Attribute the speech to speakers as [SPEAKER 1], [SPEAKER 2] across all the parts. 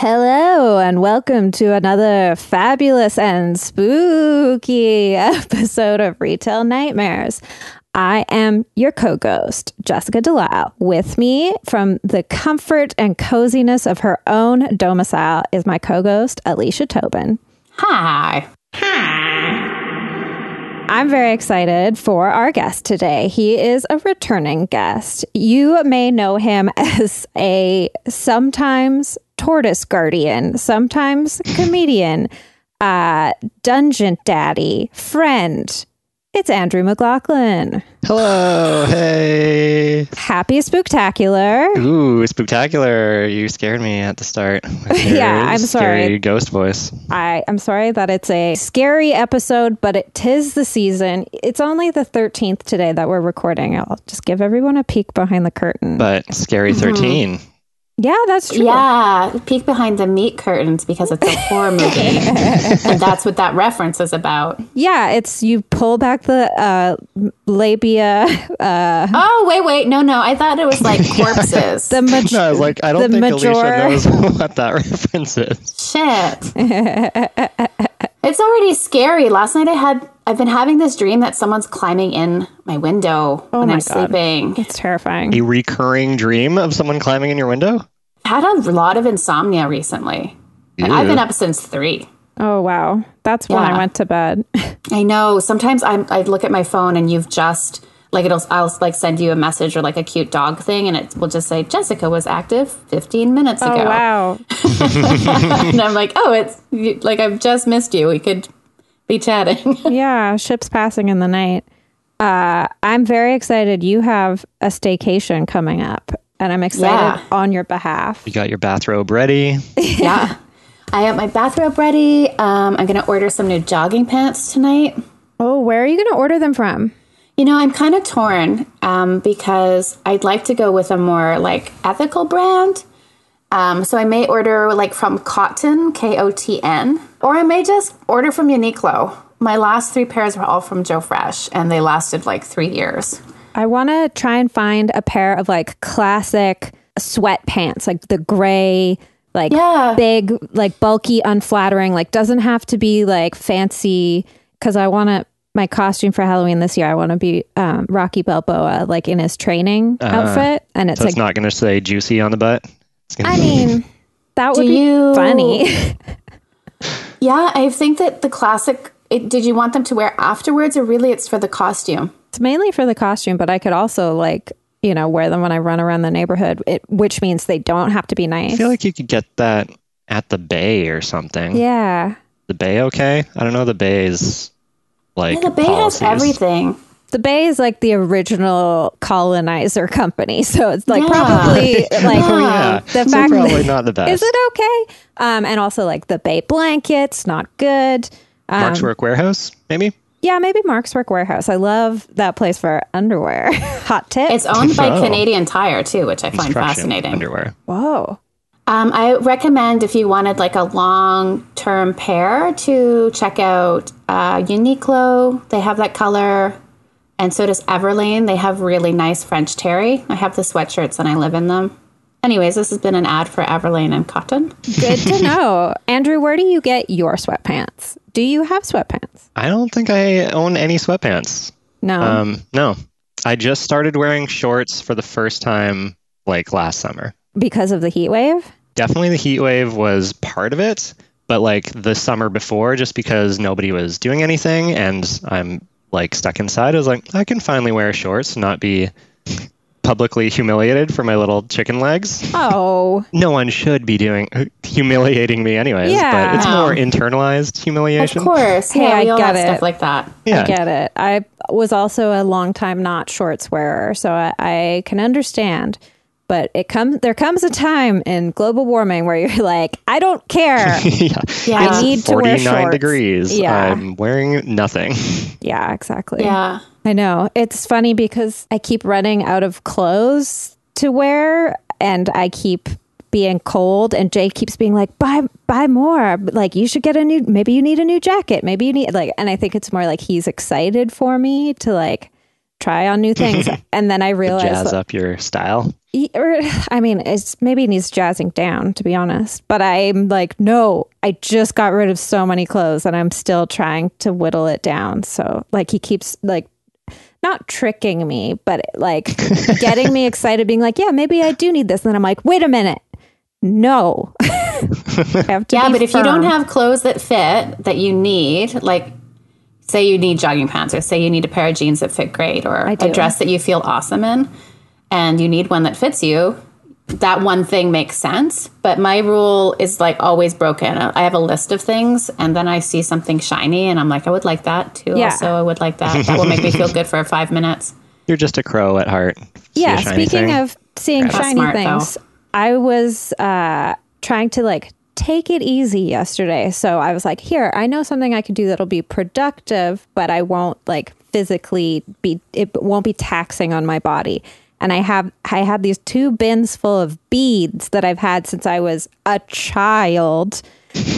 [SPEAKER 1] Hello, and welcome to another fabulous and spooky episode of Retail Nightmares. I am your co ghost, Jessica Delisle. With me from the comfort and coziness of her own domicile is my co ghost, Alicia Tobin.
[SPEAKER 2] Hi.
[SPEAKER 1] I'm very excited for our guest today. He is a returning guest. You may know him as a sometimes tortoise guardian, sometimes comedian, uh, dungeon daddy, friend. It's Andrew McLaughlin.
[SPEAKER 3] Hello. Hey.
[SPEAKER 1] Happy Spooktacular.
[SPEAKER 3] Ooh, spectacular. You scared me at the start. with your
[SPEAKER 1] Yeah, I'm
[SPEAKER 3] scary
[SPEAKER 1] sorry.
[SPEAKER 3] Ghost voice.
[SPEAKER 1] I am sorry that it's a scary episode, but it tis the season. It's only the 13th today that we're recording. I'll just give everyone a peek behind the curtain.
[SPEAKER 3] But scary
[SPEAKER 1] Mm-hmm.
[SPEAKER 3] 13.
[SPEAKER 1] yeah, that's true.
[SPEAKER 2] Yeah, peek behind the meat curtains because it's a horror movie. and that's what that reference is about.
[SPEAKER 1] Yeah, it's you pull back the uh, labia, uh,
[SPEAKER 2] Oh, wait, wait. No, no. I thought it was like corpses.
[SPEAKER 1] the mat-
[SPEAKER 3] No, I was like, I don't
[SPEAKER 1] the
[SPEAKER 3] think
[SPEAKER 1] major-
[SPEAKER 3] Alicia knows what that reference is.
[SPEAKER 2] Shit. it's already scary. Last night I had I've been having this dream that someone's climbing in my window when
[SPEAKER 1] Oh my
[SPEAKER 2] I'm
[SPEAKER 1] God.
[SPEAKER 2] sleeping.
[SPEAKER 1] It's terrifying.
[SPEAKER 3] A recurring dream of someone climbing in your window?
[SPEAKER 2] I had a lot of insomnia recently. Like, I've been up since 3.
[SPEAKER 1] Oh wow, that's when I
[SPEAKER 2] Yeah.
[SPEAKER 1] went to bed.
[SPEAKER 2] I know. Sometimes I'm, I look at my phone and you've just like it'll I'll like send you a message or like a cute dog thing and it will just say Jessica was active 15 minutes ago.
[SPEAKER 1] oh wow,
[SPEAKER 2] And I'm like, "Oh, it's you- like I've just missed you. We could be chatting."
[SPEAKER 1] yeah, ships passing in the night. Uh, I'm very excited. You have a staycation coming up, and I'm excited
[SPEAKER 2] Yeah.
[SPEAKER 1] on your behalf.
[SPEAKER 3] You got your bathrobe ready.
[SPEAKER 2] yeah. I have my bathrobe ready. Um, I'm going to order some new jogging pants tonight.
[SPEAKER 1] Oh, where are you going to order them from?
[SPEAKER 2] You know, I'm kind of torn um, because I'd like to go with a more like ethical brand. Um, so I may order like from Cotton, K O T N, or I may just order from Uniqlo. My last three pairs were all from Joe Fresh and they lasted like three years.
[SPEAKER 1] I want to try and find a pair of like classic sweatpants, like the gray, like
[SPEAKER 2] Yeah.
[SPEAKER 1] big, like bulky, unflattering, like doesn't have to be like fancy. Cause I want to, my costume for Halloween this year, I want to be um, Rocky Balboa, like in his training outfit. And it's
[SPEAKER 3] Ah, So
[SPEAKER 1] like,
[SPEAKER 3] it's not going to say juicy on the butt. It's gonna
[SPEAKER 1] I
[SPEAKER 3] be-
[SPEAKER 1] mean, that would
[SPEAKER 2] Do
[SPEAKER 1] be
[SPEAKER 2] you-
[SPEAKER 1] funny.
[SPEAKER 2] Yeah, I think that the classic, it, did you want them to wear afterwards or really it's for the costume?
[SPEAKER 1] it's mainly for the costume, but I could also like, you know, wear them when I run around the neighborhood, it, which means they don't have to be nice.
[SPEAKER 3] I feel like you could get that at the bay or something.
[SPEAKER 1] yeah.
[SPEAKER 3] The bay okay? I don't know the bay's like
[SPEAKER 2] Yeah, the Bay
[SPEAKER 3] policies.
[SPEAKER 2] has everything.
[SPEAKER 1] the Bay is like the original colonizer company, so it's like
[SPEAKER 2] Yeah.
[SPEAKER 1] probably like
[SPEAKER 3] Oh, Yeah.
[SPEAKER 1] the
[SPEAKER 3] so
[SPEAKER 1] fact
[SPEAKER 3] probably
[SPEAKER 1] that,
[SPEAKER 3] not the best.
[SPEAKER 1] is it okay? Um, and also like the Bay blankets, not good. Um,
[SPEAKER 3] Mark's Work Warehouse, maybe?
[SPEAKER 1] yeah, maybe Mark's Work Warehouse. I love that place for underwear. Hot tip.
[SPEAKER 2] It's owned by
[SPEAKER 3] Oh.
[SPEAKER 2] Canadian Tire too, which I find
[SPEAKER 3] Construction
[SPEAKER 2] fascinating.
[SPEAKER 3] Underwear.
[SPEAKER 1] Whoa.
[SPEAKER 2] Um, I recommend if you wanted like a long term pair to check out uh, Uniqlo. They have that color, and so does Everlane. They have really nice French terry. I have the sweatshirts and I live in them. Anyways, this has been an ad for Everlane and Cotton.
[SPEAKER 1] Good to know. Andrew, where do you get your sweatpants? Do you have sweatpants?
[SPEAKER 3] I don't think I own any sweatpants.
[SPEAKER 1] No.
[SPEAKER 3] Um, no, I just started wearing shorts for the first time like last summer.
[SPEAKER 1] because of the heat wave?
[SPEAKER 3] Definitely the heat wave was part of it, but like the summer before, just because nobody was doing anything and I'm like stuck inside, I was like, I can finally wear shorts, and not be publicly humiliated for my little chicken legs.
[SPEAKER 1] Oh.
[SPEAKER 3] No one should be doing humiliating me, anyways.
[SPEAKER 1] Yeah.
[SPEAKER 3] But it's
[SPEAKER 2] No.
[SPEAKER 3] more internalized
[SPEAKER 2] Of
[SPEAKER 3] humiliation.
[SPEAKER 2] course,
[SPEAKER 1] Hey,
[SPEAKER 2] yeah,
[SPEAKER 1] I
[SPEAKER 2] we all
[SPEAKER 1] get
[SPEAKER 2] have stuff
[SPEAKER 1] it.
[SPEAKER 2] like that.
[SPEAKER 3] Yeah.
[SPEAKER 1] I get it. I was also a long time not shorts wearer, so I, I can understand. But it comes there comes a time in global warming where you're like, I don't care.
[SPEAKER 3] yeah.
[SPEAKER 2] Yeah.
[SPEAKER 1] I need to wear
[SPEAKER 3] 49
[SPEAKER 1] shorts.
[SPEAKER 3] degrees.
[SPEAKER 1] Yeah.
[SPEAKER 3] I'm wearing nothing.
[SPEAKER 1] yeah, exactly.
[SPEAKER 2] Yeah.
[SPEAKER 1] I know. It's funny because I keep running out of clothes to wear and I keep being cold and Jay keeps being like buy buy more like you should get a new maybe you need a new jacket maybe you need like and I think it's more like he's excited for me to like try on new things and then I realize
[SPEAKER 3] Jazz up your style.
[SPEAKER 1] E- or I mean, it's maybe it needs jazzing down to be honest. But I'm like, no, I just got rid of so many clothes, and I'm still trying to whittle it down. So like, he keeps like not tricking me, but like getting me excited, being like, yeah, maybe I do need this. And then I'm like, wait a minute, no, I have to.
[SPEAKER 2] Yeah,
[SPEAKER 1] be
[SPEAKER 2] but if you don't
[SPEAKER 1] firm.
[SPEAKER 2] have clothes that fit that you need, like say you need jogging pants or say you need a pair of jeans that fit great or a
[SPEAKER 1] do.
[SPEAKER 2] dress that you feel awesome in and you need one that fits you, that one thing makes sense. But my rule is like always broken. I have a list of things and then I see something shiny and I'm like, I would like that too.
[SPEAKER 1] Yeah.
[SPEAKER 2] Also, I would like that. That will make me feel good for five minutes.
[SPEAKER 3] You're just a crow at heart. See a
[SPEAKER 1] yeah
[SPEAKER 3] shiny
[SPEAKER 1] speaking
[SPEAKER 3] thing.
[SPEAKER 1] of seeing
[SPEAKER 2] That's
[SPEAKER 1] shiny
[SPEAKER 2] smart,
[SPEAKER 1] things i was uh trying to like take it easy yesterday so i was like here i know something i can do that'll be productive but i won't like physically be it won't be taxing on my body and i have i had these two bins full of beads that i've had since i was a child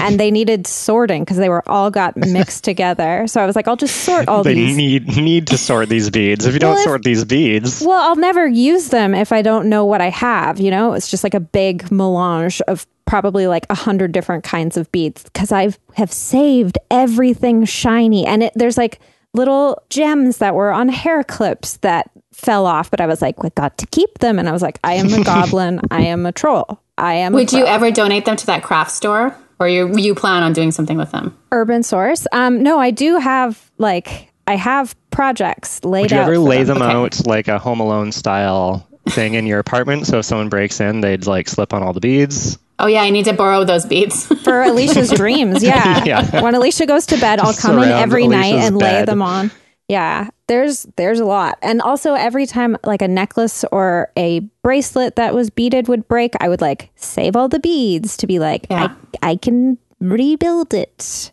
[SPEAKER 1] and they needed sorting because they were all got mixed together so i was like i'll just sort all
[SPEAKER 3] they
[SPEAKER 1] these
[SPEAKER 3] need need to sort these beads. If you don't
[SPEAKER 1] Well, if-
[SPEAKER 3] sort these beads,
[SPEAKER 1] well, I'll never use them if I don't know what I have. You know, it's just like a big melange of probably like a hundred different kinds of beads because I have saved everything shiny, and it, there's like little gems that were on hair clips that fell off, but I was like, we got to keep them, and I was like, I am a goblin, I am a troll, I am a
[SPEAKER 2] Would you ever donate them to that craft store or you, you plan on doing something with them?
[SPEAKER 1] urban source. Um, no, I do have like I have projects laid
[SPEAKER 3] would you
[SPEAKER 1] out.
[SPEAKER 3] ever
[SPEAKER 1] for
[SPEAKER 3] lay
[SPEAKER 1] them.
[SPEAKER 3] them
[SPEAKER 2] Okay.
[SPEAKER 3] out like a Home Alone style thing in your apartment? So if someone breaks in, they'd like slip on all the beads.
[SPEAKER 2] Oh, yeah, I need to borrow those beads.
[SPEAKER 1] for Alicia's dreams. Yeah.
[SPEAKER 3] Yeah.
[SPEAKER 1] When Alicia goes to bed, I'll
[SPEAKER 3] Just
[SPEAKER 1] come in
[SPEAKER 3] surround
[SPEAKER 1] every night
[SPEAKER 3] Alicia's
[SPEAKER 1] and lay
[SPEAKER 3] bed.
[SPEAKER 1] them on. Yeah. There's there's a lot. And also every time like a necklace or a bracelet that was beaded would break, I would like save all the beads to be like
[SPEAKER 2] Yeah.
[SPEAKER 1] I I can rebuild it.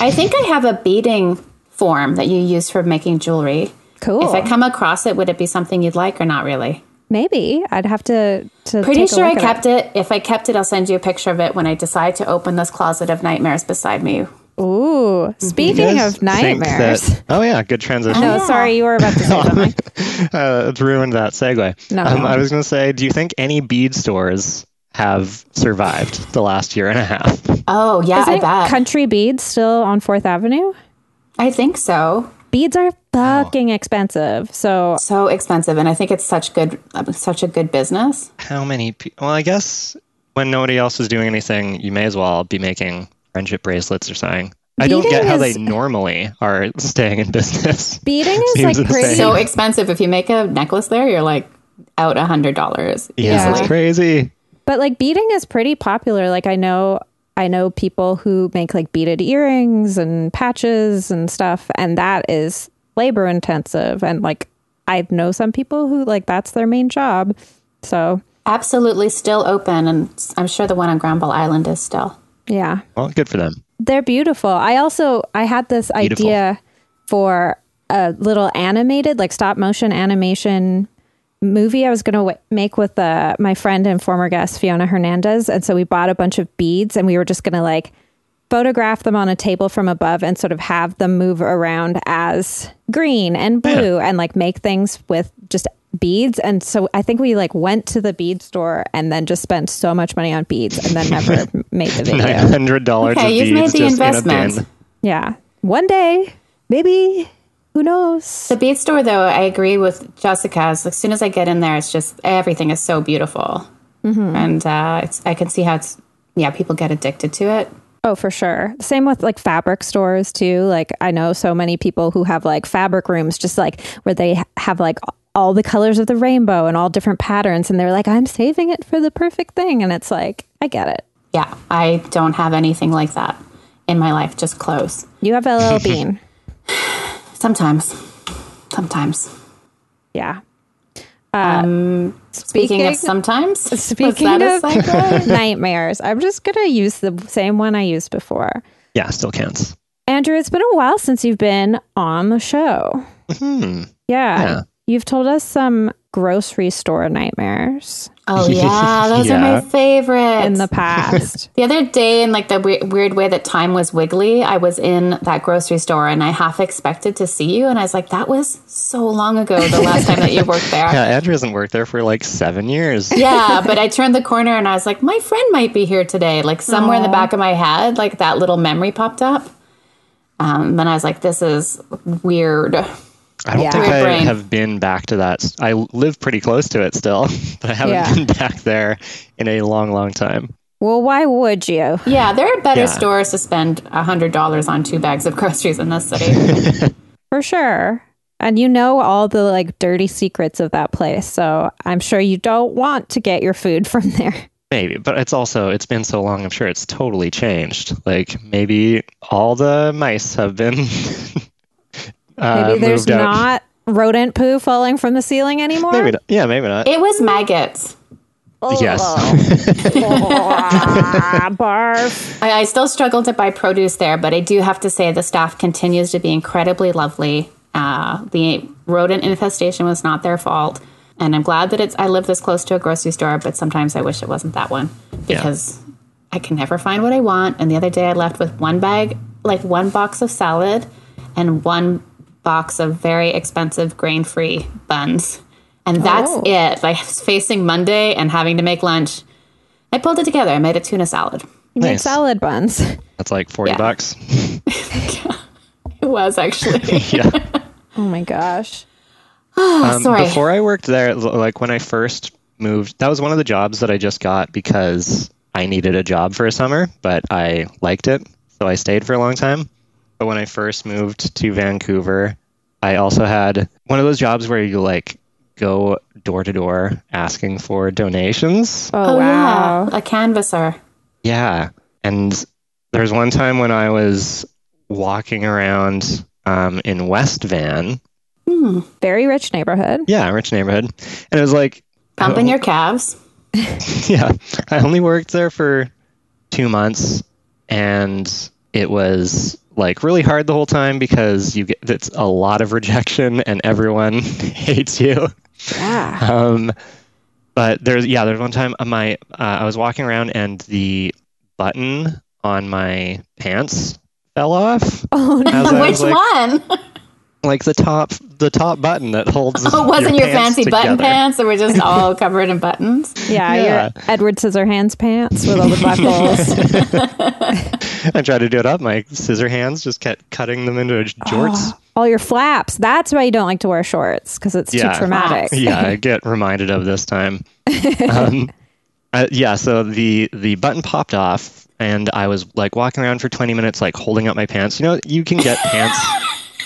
[SPEAKER 2] I think I have a beading form that you use for making jewelry.
[SPEAKER 1] Cool.
[SPEAKER 2] If I come across it, would it be something you'd like or not really?
[SPEAKER 1] Maybe I'd have to to
[SPEAKER 2] Pretty
[SPEAKER 1] take a
[SPEAKER 2] sure I
[SPEAKER 1] look at
[SPEAKER 2] kept it. If I kept it, I'll send you a picture of it when I decide to open this closet of nightmares beside me.
[SPEAKER 1] it. Ooh.
[SPEAKER 3] You
[SPEAKER 1] Speaking
[SPEAKER 3] guys
[SPEAKER 1] of
[SPEAKER 3] think that-
[SPEAKER 1] nightmares.
[SPEAKER 3] oh yeah, good transition.
[SPEAKER 1] no,
[SPEAKER 2] Yeah.
[SPEAKER 1] sorry, you were about to say something.
[SPEAKER 3] uh, it's ruined that segue.
[SPEAKER 1] No.
[SPEAKER 3] Um, I was going to say, do you think any bead stores have survived the last year and a half?
[SPEAKER 2] Oh, yeah, I
[SPEAKER 1] Isn't
[SPEAKER 2] bet.
[SPEAKER 1] Country Beads still on Fourth Avenue?
[SPEAKER 2] I think so.
[SPEAKER 1] beads are fucking expensive. So
[SPEAKER 2] So expensive. And I think it's such good, um, such a good business.
[SPEAKER 3] How many? Pe- well, I guess when nobody else is doing anything, you may as well be making friendship bracelets or something. I don't get
[SPEAKER 1] Beading
[SPEAKER 3] how
[SPEAKER 1] is-
[SPEAKER 3] they normally are staying in business.
[SPEAKER 1] beading is
[SPEAKER 3] Seems
[SPEAKER 1] like
[SPEAKER 3] insane.
[SPEAKER 1] pretty.
[SPEAKER 2] So expensive. If you make a necklace there, you're like out a hundred dollars.
[SPEAKER 3] Yeah, that's
[SPEAKER 1] Yeah.
[SPEAKER 3] crazy.
[SPEAKER 1] But like beading is pretty popular. Like I know I know people who make like beaded earrings and patches and stuff and that is labor intensive and like I know some people who like that's their main job. So
[SPEAKER 2] Absolutely still open. And s- I'm sure the one on Granville Island is still.
[SPEAKER 1] yeah.
[SPEAKER 3] Well, good for them.
[SPEAKER 1] They're beautiful. I also I had this
[SPEAKER 3] Beautiful.
[SPEAKER 1] idea for a little animated, like stop motion animation movie I was going to w- make with uh, my friend and former guest Fiona Hernandez, and so we bought a bunch of beads and we were just going to like photograph them on a table from above and sort of have them move around as green and blue and like make things with just beads and so i think we like went to the bead store and then just spent so much money on beads and then never m- made the video
[SPEAKER 3] Nine hundred dollars
[SPEAKER 2] Okay,
[SPEAKER 3] of
[SPEAKER 2] you've made
[SPEAKER 3] beads
[SPEAKER 2] the
[SPEAKER 3] just
[SPEAKER 2] investment.
[SPEAKER 3] in a bin.
[SPEAKER 1] Yeah. One day, maybe. Who knows?
[SPEAKER 2] The bead store, though, I agree with Jessica. As as soon as I get in there, it's just everything is so beautiful,
[SPEAKER 1] Mm-hmm.
[SPEAKER 2] and uh, it's, I can see how it's yeah people get addicted to it.
[SPEAKER 1] Oh, for sure. Same with like fabric stores too. Like I know so many people who have like fabric rooms just like where they ha- have like all the colors of the rainbow and all different patterns and they're like I'm saving it for the perfect thing and it's like I get it.
[SPEAKER 2] Yeah, I don't have anything like that in my life. Just clothes.
[SPEAKER 1] You have LL Bean.
[SPEAKER 2] Sometimes, sometimes.
[SPEAKER 1] Yeah. Uh,
[SPEAKER 2] um, speaking,
[SPEAKER 1] speaking-
[SPEAKER 2] of sometimes, was
[SPEAKER 1] Speaking
[SPEAKER 2] that a
[SPEAKER 1] of-
[SPEAKER 2] segue?
[SPEAKER 1] Nightmares. I'm just going to use the same one I used before.
[SPEAKER 3] Yeah, still counts.
[SPEAKER 1] Andrew, it's been a while since you've been on the show.
[SPEAKER 3] Hmm.
[SPEAKER 1] Yeah.
[SPEAKER 3] Yeah.
[SPEAKER 1] You've told us some grocery store nightmares
[SPEAKER 2] oh yeah, those are my
[SPEAKER 3] Yeah.
[SPEAKER 2] favorites.
[SPEAKER 1] in the past.
[SPEAKER 2] The other day, in like the we- weird way that time was wiggly, I was in that grocery store and I half expected to see you, and I was like, "That was so long ago, the last time that you worked
[SPEAKER 3] Yeah,
[SPEAKER 2] there."
[SPEAKER 3] Andrew hasn't worked there for like seven years.
[SPEAKER 2] yeah, but I turned the corner and I was like, "My friend might be here today." Like somewhere in the back of my head, like that little memory popped up. Um, and I was like, "This is weird."
[SPEAKER 3] I don't
[SPEAKER 1] Yeah.
[SPEAKER 3] think
[SPEAKER 2] Weird
[SPEAKER 3] I
[SPEAKER 2] brain.
[SPEAKER 3] have been back to that. I live pretty close to it still, but I haven't
[SPEAKER 1] Yeah.
[SPEAKER 3] been back there in a long, long time.
[SPEAKER 1] well, why would you?
[SPEAKER 2] Yeah, there are better
[SPEAKER 3] Yeah.
[SPEAKER 2] stores to spend hundred dollars on two bags of groceries in this city.
[SPEAKER 1] For sure. And you know all the like dirty secrets of that place. So I'm sure you don't want to get your food from there.
[SPEAKER 3] Maybe, but it's also it's been so long. I'm sure it's totally changed. Like maybe all the mice have been uh,
[SPEAKER 1] Maybe there's
[SPEAKER 3] moved out.
[SPEAKER 1] not rodent poo falling from the ceiling anymore.
[SPEAKER 3] Maybe not. yeah, maybe not.
[SPEAKER 2] it was maggots.
[SPEAKER 1] Oh,
[SPEAKER 3] yes,
[SPEAKER 1] Ah, barf.
[SPEAKER 2] I, I still struggle to buy produce there, but I do have to say the staff continues to be incredibly lovely. Uh, the rodent infestation was not their fault, and I'm glad that it's. I live this close to a grocery store, but sometimes I wish it wasn't that one because I can never find what I want. And the other day, I left with one bag, like one box of salad, and one box of very expensive grain-free buns, and that's
[SPEAKER 1] Oh.
[SPEAKER 2] it. Like facing Monday and having to make lunch. I pulled it together. I made a tuna salad.
[SPEAKER 1] You make
[SPEAKER 3] Nice.
[SPEAKER 1] salad buns.
[SPEAKER 3] that's like forty
[SPEAKER 2] Yeah.
[SPEAKER 3] bucks.
[SPEAKER 2] It was actually.
[SPEAKER 3] Yeah.
[SPEAKER 1] Oh my gosh.
[SPEAKER 3] Um,
[SPEAKER 2] Oh, Sorry.
[SPEAKER 3] Before I worked there, l- like when I first moved, that was one of the jobs that I just got because I needed a job for a summer, but I liked it, so I stayed for a long time. But when I first moved to Vancouver, I also had one of those jobs where you like go door to door asking for donations.
[SPEAKER 1] Oh, wow.
[SPEAKER 2] yeah, a canvasser.
[SPEAKER 3] Yeah. And there's one time when I was walking around um, in West Van.
[SPEAKER 1] Very rich neighborhood.
[SPEAKER 3] Yeah, rich neighborhood. And it was like Oh.
[SPEAKER 2] Pumping your calves.
[SPEAKER 3] yeah i only worked there for two months and it was like really hard the whole time because you get it's a lot of rejection and everyone hates you
[SPEAKER 1] Yeah.
[SPEAKER 3] um but there's yeah there's one time uh, my uh, i was walking around and the button on my pants fell off
[SPEAKER 1] Oh no.
[SPEAKER 3] as I
[SPEAKER 2] Which
[SPEAKER 3] was like,
[SPEAKER 2] one?
[SPEAKER 3] like the top the top button that holds
[SPEAKER 2] Oh, wasn't your,
[SPEAKER 3] pants
[SPEAKER 2] fancy button
[SPEAKER 3] together.
[SPEAKER 2] pants that were just all covered in buttons?
[SPEAKER 1] Yeah,
[SPEAKER 3] Yeah.
[SPEAKER 1] your Edward Scissorhands pants with all the buckles.
[SPEAKER 3] I tried to do it up. My scissor hands just kept cutting them into
[SPEAKER 2] Oh.
[SPEAKER 3] jorts.
[SPEAKER 1] all your flaps. That's why you don't like to wear shorts because it's
[SPEAKER 3] Yeah.
[SPEAKER 1] too traumatic.
[SPEAKER 2] Flaps.
[SPEAKER 3] Yeah, I get reminded of this time. Um, uh, yeah, so the the button popped off, and I was like walking around for 20 minutes, like holding up my pants. You know, you can get pants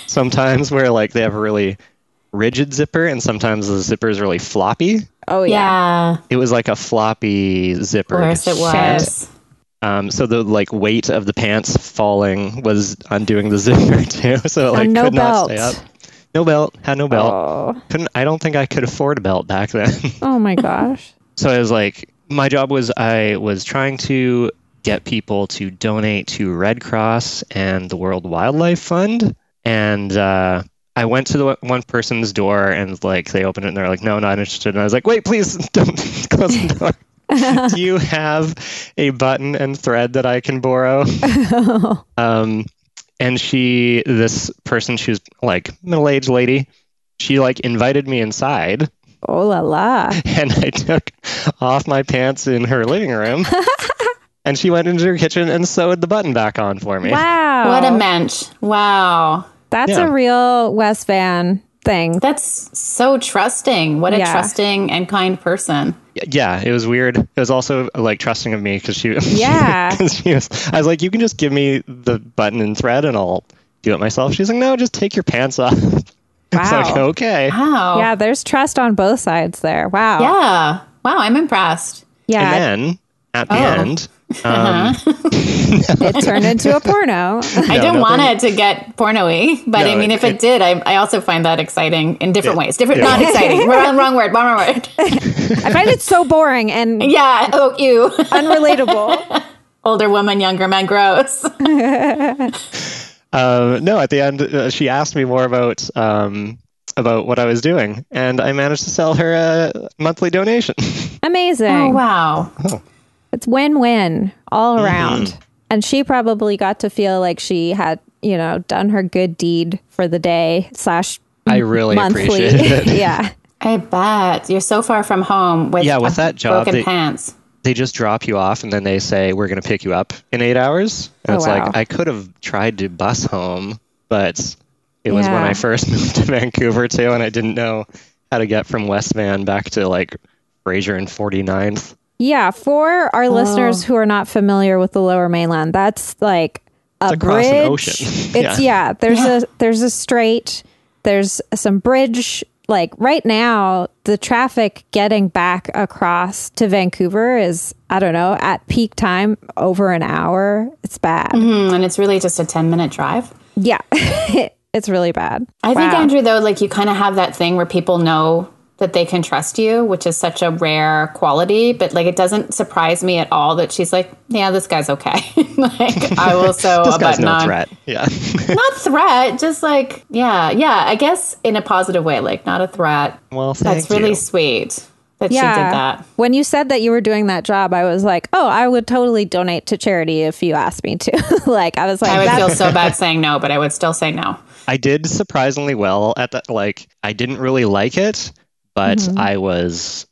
[SPEAKER 3] sometimes where like they have a really rigid zipper, and sometimes the zipper is really floppy.
[SPEAKER 1] Oh yeah.
[SPEAKER 2] Yeah,
[SPEAKER 3] It was like a floppy
[SPEAKER 2] of
[SPEAKER 3] zipper.
[SPEAKER 2] course it
[SPEAKER 3] pant.
[SPEAKER 2] was.
[SPEAKER 3] Um, so the like weight of the pants falling was undoing the zipper too, so it like
[SPEAKER 1] And no
[SPEAKER 3] could not stay up.
[SPEAKER 1] belt.
[SPEAKER 3] No belt, had no belt.
[SPEAKER 1] Oh.
[SPEAKER 3] Couldn't. I don't think I could afford a belt back then.
[SPEAKER 1] Oh my gosh.
[SPEAKER 3] so I was like, my job was I was trying to get people to donate to Red Cross and the World Wildlife Fund, and uh, I went to the one person's door and like they opened it and they're like, no, not interested. And I was like, wait, please don't close the door. Do you have a button and thread that I can borrow? um, and she, this person, she was like middle-aged lady. She like invited me inside
[SPEAKER 1] Oh la la.
[SPEAKER 3] and I took off my pants in her living room. and she went into her kitchen and sewed the button back on for me.
[SPEAKER 1] Wow.
[SPEAKER 2] What a mensch. Wow.
[SPEAKER 1] That's
[SPEAKER 3] Yeah.
[SPEAKER 1] a real West Van thing.
[SPEAKER 2] That's so trusting. What a
[SPEAKER 1] Yeah.
[SPEAKER 2] trusting and kind person.
[SPEAKER 3] Y- Yeah, it was weird. It was also like trusting of me because she.
[SPEAKER 1] Yeah.
[SPEAKER 3] 'cause she was, I was like, you can just give me the button and thread, and I'll do it myself. She's like, no, just take your pants off. It's like,
[SPEAKER 1] Wow. Ah,
[SPEAKER 3] okay.
[SPEAKER 2] Wow.
[SPEAKER 1] Yeah, there's trust on both sides there. Wow.
[SPEAKER 2] Yeah. Wow, I'm impressed.
[SPEAKER 1] Yeah.
[SPEAKER 3] And then at the
[SPEAKER 2] Oh.
[SPEAKER 3] end. Um,
[SPEAKER 1] It turned into a porno.
[SPEAKER 2] I
[SPEAKER 3] No,
[SPEAKER 2] didn't
[SPEAKER 3] nothing-
[SPEAKER 2] want it to get pornoy, but
[SPEAKER 3] No,
[SPEAKER 2] I mean, if it,
[SPEAKER 3] it-
[SPEAKER 2] did, I, I also find that exciting in different
[SPEAKER 3] Yeah.
[SPEAKER 2] ways. Different,
[SPEAKER 3] Yeah.
[SPEAKER 2] not exciting. wrong, wrong word. Wrong word.
[SPEAKER 1] I find it so boring and
[SPEAKER 2] yeah. Oh, ew.
[SPEAKER 1] unrelatable.
[SPEAKER 2] Older woman, younger man. Gross.
[SPEAKER 3] uh, no, at the end, uh, she asked me more about um, about what I was doing, and I managed to sell her a monthly donation.
[SPEAKER 1] Amazing.
[SPEAKER 2] Oh, wow.
[SPEAKER 1] It's win win
[SPEAKER 3] Mm-hmm.
[SPEAKER 1] all around. And she probably got to feel like she had, you know, done her good deed for the day slash
[SPEAKER 3] I really
[SPEAKER 1] monthly.
[SPEAKER 3] appreciate it.
[SPEAKER 1] yeah.
[SPEAKER 2] I bet you're so far from home with
[SPEAKER 3] Yeah, with
[SPEAKER 2] a-
[SPEAKER 3] that job
[SPEAKER 2] broken
[SPEAKER 3] that-
[SPEAKER 2] pants.
[SPEAKER 3] They just drop you off, and then they say we're going to pick you up in eight hours. And
[SPEAKER 1] Oh,
[SPEAKER 3] it's
[SPEAKER 1] wow.
[SPEAKER 3] like I could have tried to bus home, but it was when
[SPEAKER 1] Yeah.
[SPEAKER 3] I first moved to Vancouver too, and I didn't know how to get from West Van back to like Fraser and 49th.
[SPEAKER 1] Yeah, for
[SPEAKER 2] Oh.
[SPEAKER 1] our listeners who are not familiar with the Lower Mainland, that's like a
[SPEAKER 3] across
[SPEAKER 1] bridge.
[SPEAKER 3] an ocean.
[SPEAKER 1] It's yeah. there's a there's a strait. There's some bridge. Like right now, the traffic getting back across to Vancouver is I don't know at peak time over an hour. It's bad.
[SPEAKER 2] Hmm, and it's really just a 10 minute drive.
[SPEAKER 1] Yeah, it's really bad.
[SPEAKER 2] I think,
[SPEAKER 1] Wow.
[SPEAKER 2] Andrew, though, like you kind of have that thing where people know that they can trust you, which is such a rare quality. But like, it doesn't surprise me at all that she's like, yeah, this guy's okay. like, I will so
[SPEAKER 3] This
[SPEAKER 2] a
[SPEAKER 3] guy's
[SPEAKER 2] button
[SPEAKER 3] no
[SPEAKER 2] on.
[SPEAKER 3] threat. Yeah.
[SPEAKER 2] Not threat, just like, yeah, yeah, I guess in a positive way, like not a threat.
[SPEAKER 3] well, thank
[SPEAKER 2] That's really
[SPEAKER 3] you.
[SPEAKER 2] sweet that she did that.
[SPEAKER 1] When you said that you were doing that job, I was like, oh, I would totally donate to charity if you asked me to. like I was like,
[SPEAKER 2] I would
[SPEAKER 1] that's
[SPEAKER 2] feel so bad saying no, but I would still say no.
[SPEAKER 3] I did surprisingly well at that. Like, I didn't really like it, but I was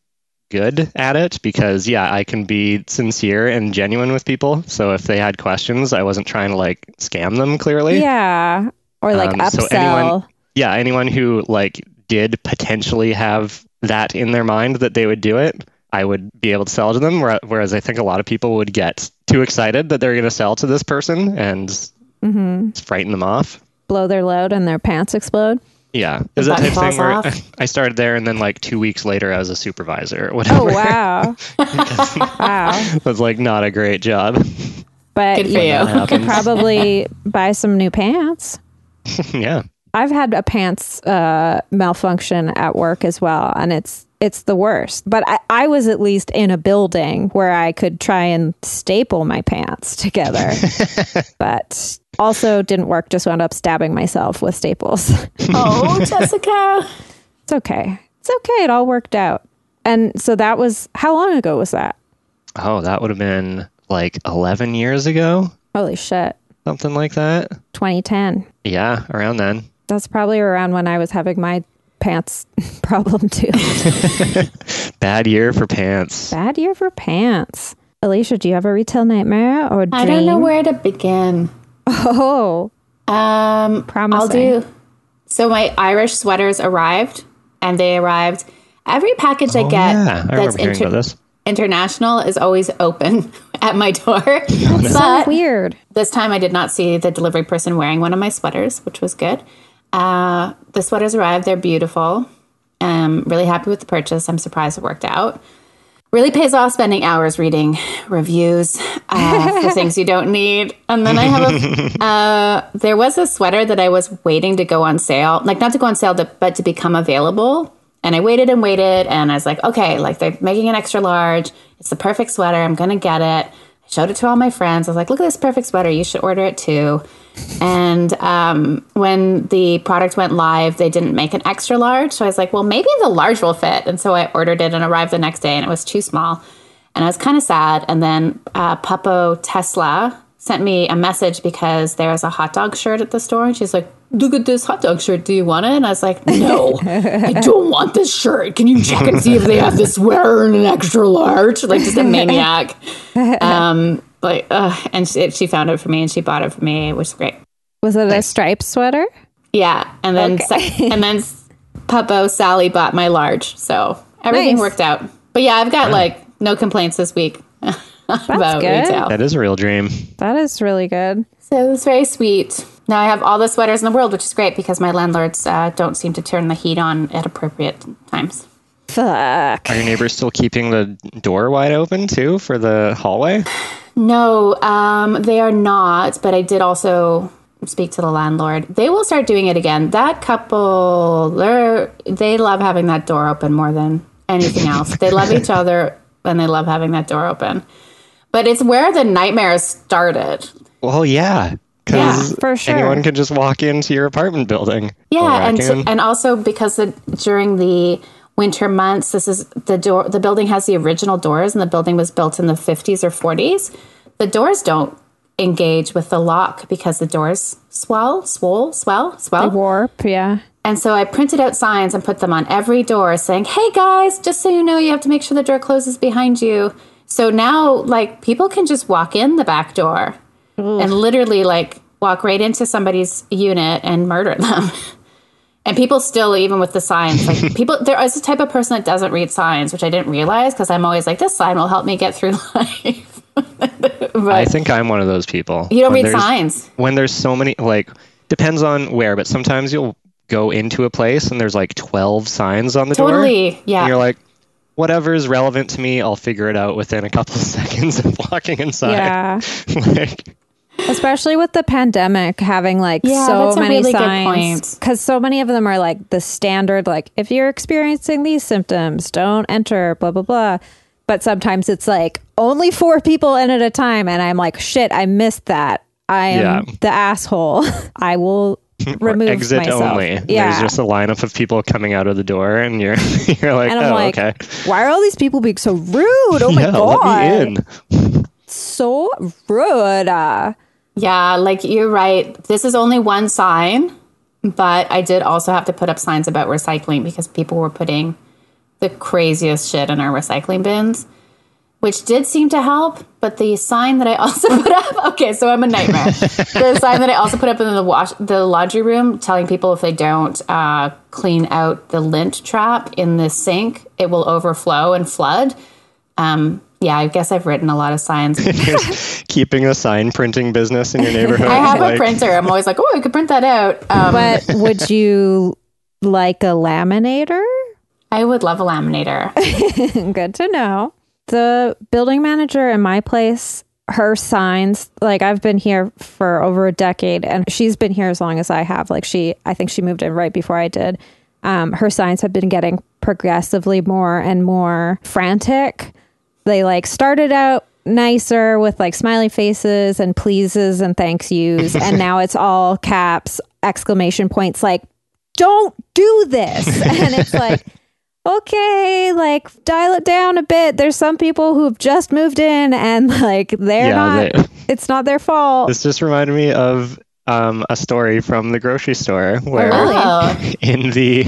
[SPEAKER 3] good at it because, yeah, I can be sincere and genuine with people. So if they had questions, I wasn't trying to like scam them clearly.
[SPEAKER 1] Yeah. Or like
[SPEAKER 3] Um, so
[SPEAKER 1] upsell.
[SPEAKER 3] anyone- Yeah, anyone who like did potentially have that in their mind that they would do it, I would be able to sell to them. where- Whereas I think a lot of people would get too excited that they're going to sell to this person and frighten them off.
[SPEAKER 1] blow their load and their pants explode.
[SPEAKER 3] Yeah, is
[SPEAKER 2] The
[SPEAKER 3] that
[SPEAKER 2] button
[SPEAKER 3] type of thing
[SPEAKER 2] falls
[SPEAKER 3] where
[SPEAKER 2] off.
[SPEAKER 3] I started there and then like two weeks later I was a supervisor or
[SPEAKER 1] Oh
[SPEAKER 3] whatever.
[SPEAKER 1] wow. wow.
[SPEAKER 3] That's like not a great job.
[SPEAKER 1] But
[SPEAKER 2] Good for
[SPEAKER 1] you
[SPEAKER 2] you.
[SPEAKER 3] That
[SPEAKER 1] could
[SPEAKER 3] happens.
[SPEAKER 1] probably buy some new pants.
[SPEAKER 3] yeah,
[SPEAKER 1] I've had a pants uh, malfunction at work as well, and it's it's the worst. But I, I was at least in a building where I could try and staple my pants together. but also didn't work, just wound up stabbing myself with staples.
[SPEAKER 2] Oh, Jessica.
[SPEAKER 1] It's okay. It's okay. It all worked out. And so that was how long ago was that?
[SPEAKER 3] Oh, that would have been like 11 years ago,
[SPEAKER 1] Holy shit.
[SPEAKER 3] something like that.
[SPEAKER 1] 2010.
[SPEAKER 3] Yeah, around then.
[SPEAKER 1] That's probably around when I was having my pants problem too.
[SPEAKER 3] Bad year for pants.
[SPEAKER 1] Bad year for pants. Alicia, do you have a retail nightmare or dream?
[SPEAKER 2] I don't know where to begin.
[SPEAKER 1] Oh,
[SPEAKER 2] Um,
[SPEAKER 1] Promising.
[SPEAKER 2] I'll do. So my Irish sweaters arrived, and they arrived. Every package I get
[SPEAKER 3] Oh, yeah, I
[SPEAKER 2] that's
[SPEAKER 3] remember hearing
[SPEAKER 2] inter-
[SPEAKER 3] about this.
[SPEAKER 2] international is always open at my door. but
[SPEAKER 1] weird.
[SPEAKER 2] this time I did not see the delivery person wearing one of my sweaters, which was good. Uh, the sweaters arrived. They're beautiful. Um, really happy with the purchase. I'm surprised it worked out. Really pays off spending hours reading reviews uh, for things you don't need. And then I have a, uh, there was a sweater that I was waiting to go on sale, like not to go on sale, to, but to become available. And I waited and waited, and I was like, okay, like they're making an extra large. It's the perfect sweater. I'm gonna get it. I showed it to all my friends. I was like, look at this perfect sweater. You should order it too. And um, when the product went live, they didn't make an extra large. So I was like, well, maybe the large will fit. And so I ordered it and arrived the next day, and it was too small. And I was kind of sad. And then uh, Papo Tesla sent me a message because there's a hot dog shirt at the store. And she's like, Look at this hot dog shirt. Do you want it? And I was like, No, I don't want this shirt. Can you check and see if they have this sweater in an extra large? Like, just a maniac. Um, like, uh, and she, she found it for me and she bought it for me, which is great.
[SPEAKER 1] Was it a striped sweater?
[SPEAKER 2] Yeah, and then sa- and then s- Puppo Sally bought my large, so everything
[SPEAKER 1] Nice.
[SPEAKER 2] worked out. But yeah, I've got like no complaints this week about
[SPEAKER 1] good.
[SPEAKER 2] retail.
[SPEAKER 3] That is a real dream.
[SPEAKER 1] That is really good.
[SPEAKER 2] So it's very sweet. Now I have all the sweaters in the world, which is great because my landlords uh, don't seem to turn the heat on at appropriate times.
[SPEAKER 1] Fuck.
[SPEAKER 3] Are your neighbors still keeping the door wide open too for the hallway?
[SPEAKER 2] No, um, they are not. But I did also speak to the landlord. They will start doing it again. That couple, they're, they love having that door open more than anything else. they love each other and they love having that door open. But it's where the nightmares started.
[SPEAKER 3] Well, yeah. Because
[SPEAKER 1] Yeah, for sure.
[SPEAKER 3] anyone can just walk into your apartment building. Or
[SPEAKER 2] Yeah, and
[SPEAKER 3] walk
[SPEAKER 2] so,
[SPEAKER 3] in.
[SPEAKER 2] and also because the, during the winter months, this is the door. The building has the original doors, and the building was built in the fifties or forties. The doors don't engage with the lock because the doors swell, swell, swell, swell.
[SPEAKER 1] Warp, yeah.
[SPEAKER 2] And so I printed out signs and put them on every door saying, hey guys, just so you know, you have to make sure the door closes behind you. So now, like, people can just walk in the back door and literally, like, walk right into somebody's unit and murder them. and people still, even with the signs, like, people, there is a type of person that doesn't read signs, which I didn't realize because I'm always like, this sign will help me get through life.
[SPEAKER 3] I
[SPEAKER 2] but
[SPEAKER 3] think I'm one of those people.
[SPEAKER 2] you don't
[SPEAKER 3] When
[SPEAKER 2] read
[SPEAKER 3] there's-
[SPEAKER 2] signs.
[SPEAKER 3] When there's so many, like, depends on where, but sometimes you'll go into a place and there's like 12 signs on the door.
[SPEAKER 2] Totally. Yeah.
[SPEAKER 3] And you're like, whatever is relevant to me, I'll figure it out within a couple seconds of walking inside.
[SPEAKER 1] Yeah.
[SPEAKER 3] like,
[SPEAKER 1] Especially with the pandemic having like
[SPEAKER 2] Yeah,
[SPEAKER 1] so
[SPEAKER 2] that's a
[SPEAKER 1] many
[SPEAKER 2] really good
[SPEAKER 1] signs.
[SPEAKER 2] point.
[SPEAKER 1] Because so many of them are like the standard, like, if you're experiencing these symptoms, don't enter, blah, blah, blah. But sometimes it's like only four people in at a time. And I'm like, shit, I missed that. I am
[SPEAKER 3] Yeah.
[SPEAKER 1] the asshole. I will
[SPEAKER 3] or
[SPEAKER 1] remove
[SPEAKER 3] exit
[SPEAKER 1] myself.
[SPEAKER 3] only. There's
[SPEAKER 1] Yeah.
[SPEAKER 3] just a lineup of people coming out of the door, and you're you're like,
[SPEAKER 1] and
[SPEAKER 3] oh,
[SPEAKER 1] I'm like,
[SPEAKER 3] okay.
[SPEAKER 1] why are all these people being so rude? Oh my
[SPEAKER 3] yeah,
[SPEAKER 1] God.
[SPEAKER 3] let me in.
[SPEAKER 1] So rude. Uh,
[SPEAKER 2] Yeah, like you're right. This is only one sign, but I did also have to put up signs about recycling because people were putting the craziest shit in our recycling bins, which did seem to help. But the sign that I also put up, okay, so I'm a nightmare. the sign that I also put up in the wash, the laundry room, telling people if they don't uh, clean out the lint trap in the sink, it will overflow and flood. Um, yeah, I guess I've written a lot of signs.
[SPEAKER 3] Keeping the sign printing business in your neighborhood.
[SPEAKER 2] I have
[SPEAKER 3] like,
[SPEAKER 2] a printer. I'm always like, oh, I could print that out. Um,
[SPEAKER 1] but would you like a laminator?
[SPEAKER 2] I would love a laminator.
[SPEAKER 1] Good to know. The building manager in my place, her signs, like I've been here for over a decade and she's been here as long as I have. Like she, I think she moved in right before I did. Um, her signs have been getting progressively more and more frantic. They like started out nicer with like smiley faces and pleases and thanks yous. and now it's all caps, exclamation points, like, don't do this. And it's like, okay, like dial it down a bit. There's some people who've just moved in and like they're
[SPEAKER 3] Yeah,
[SPEAKER 1] not it's not their fault.
[SPEAKER 3] This just reminded me of um, a story from the grocery store where
[SPEAKER 1] really?
[SPEAKER 2] Oh,
[SPEAKER 3] in the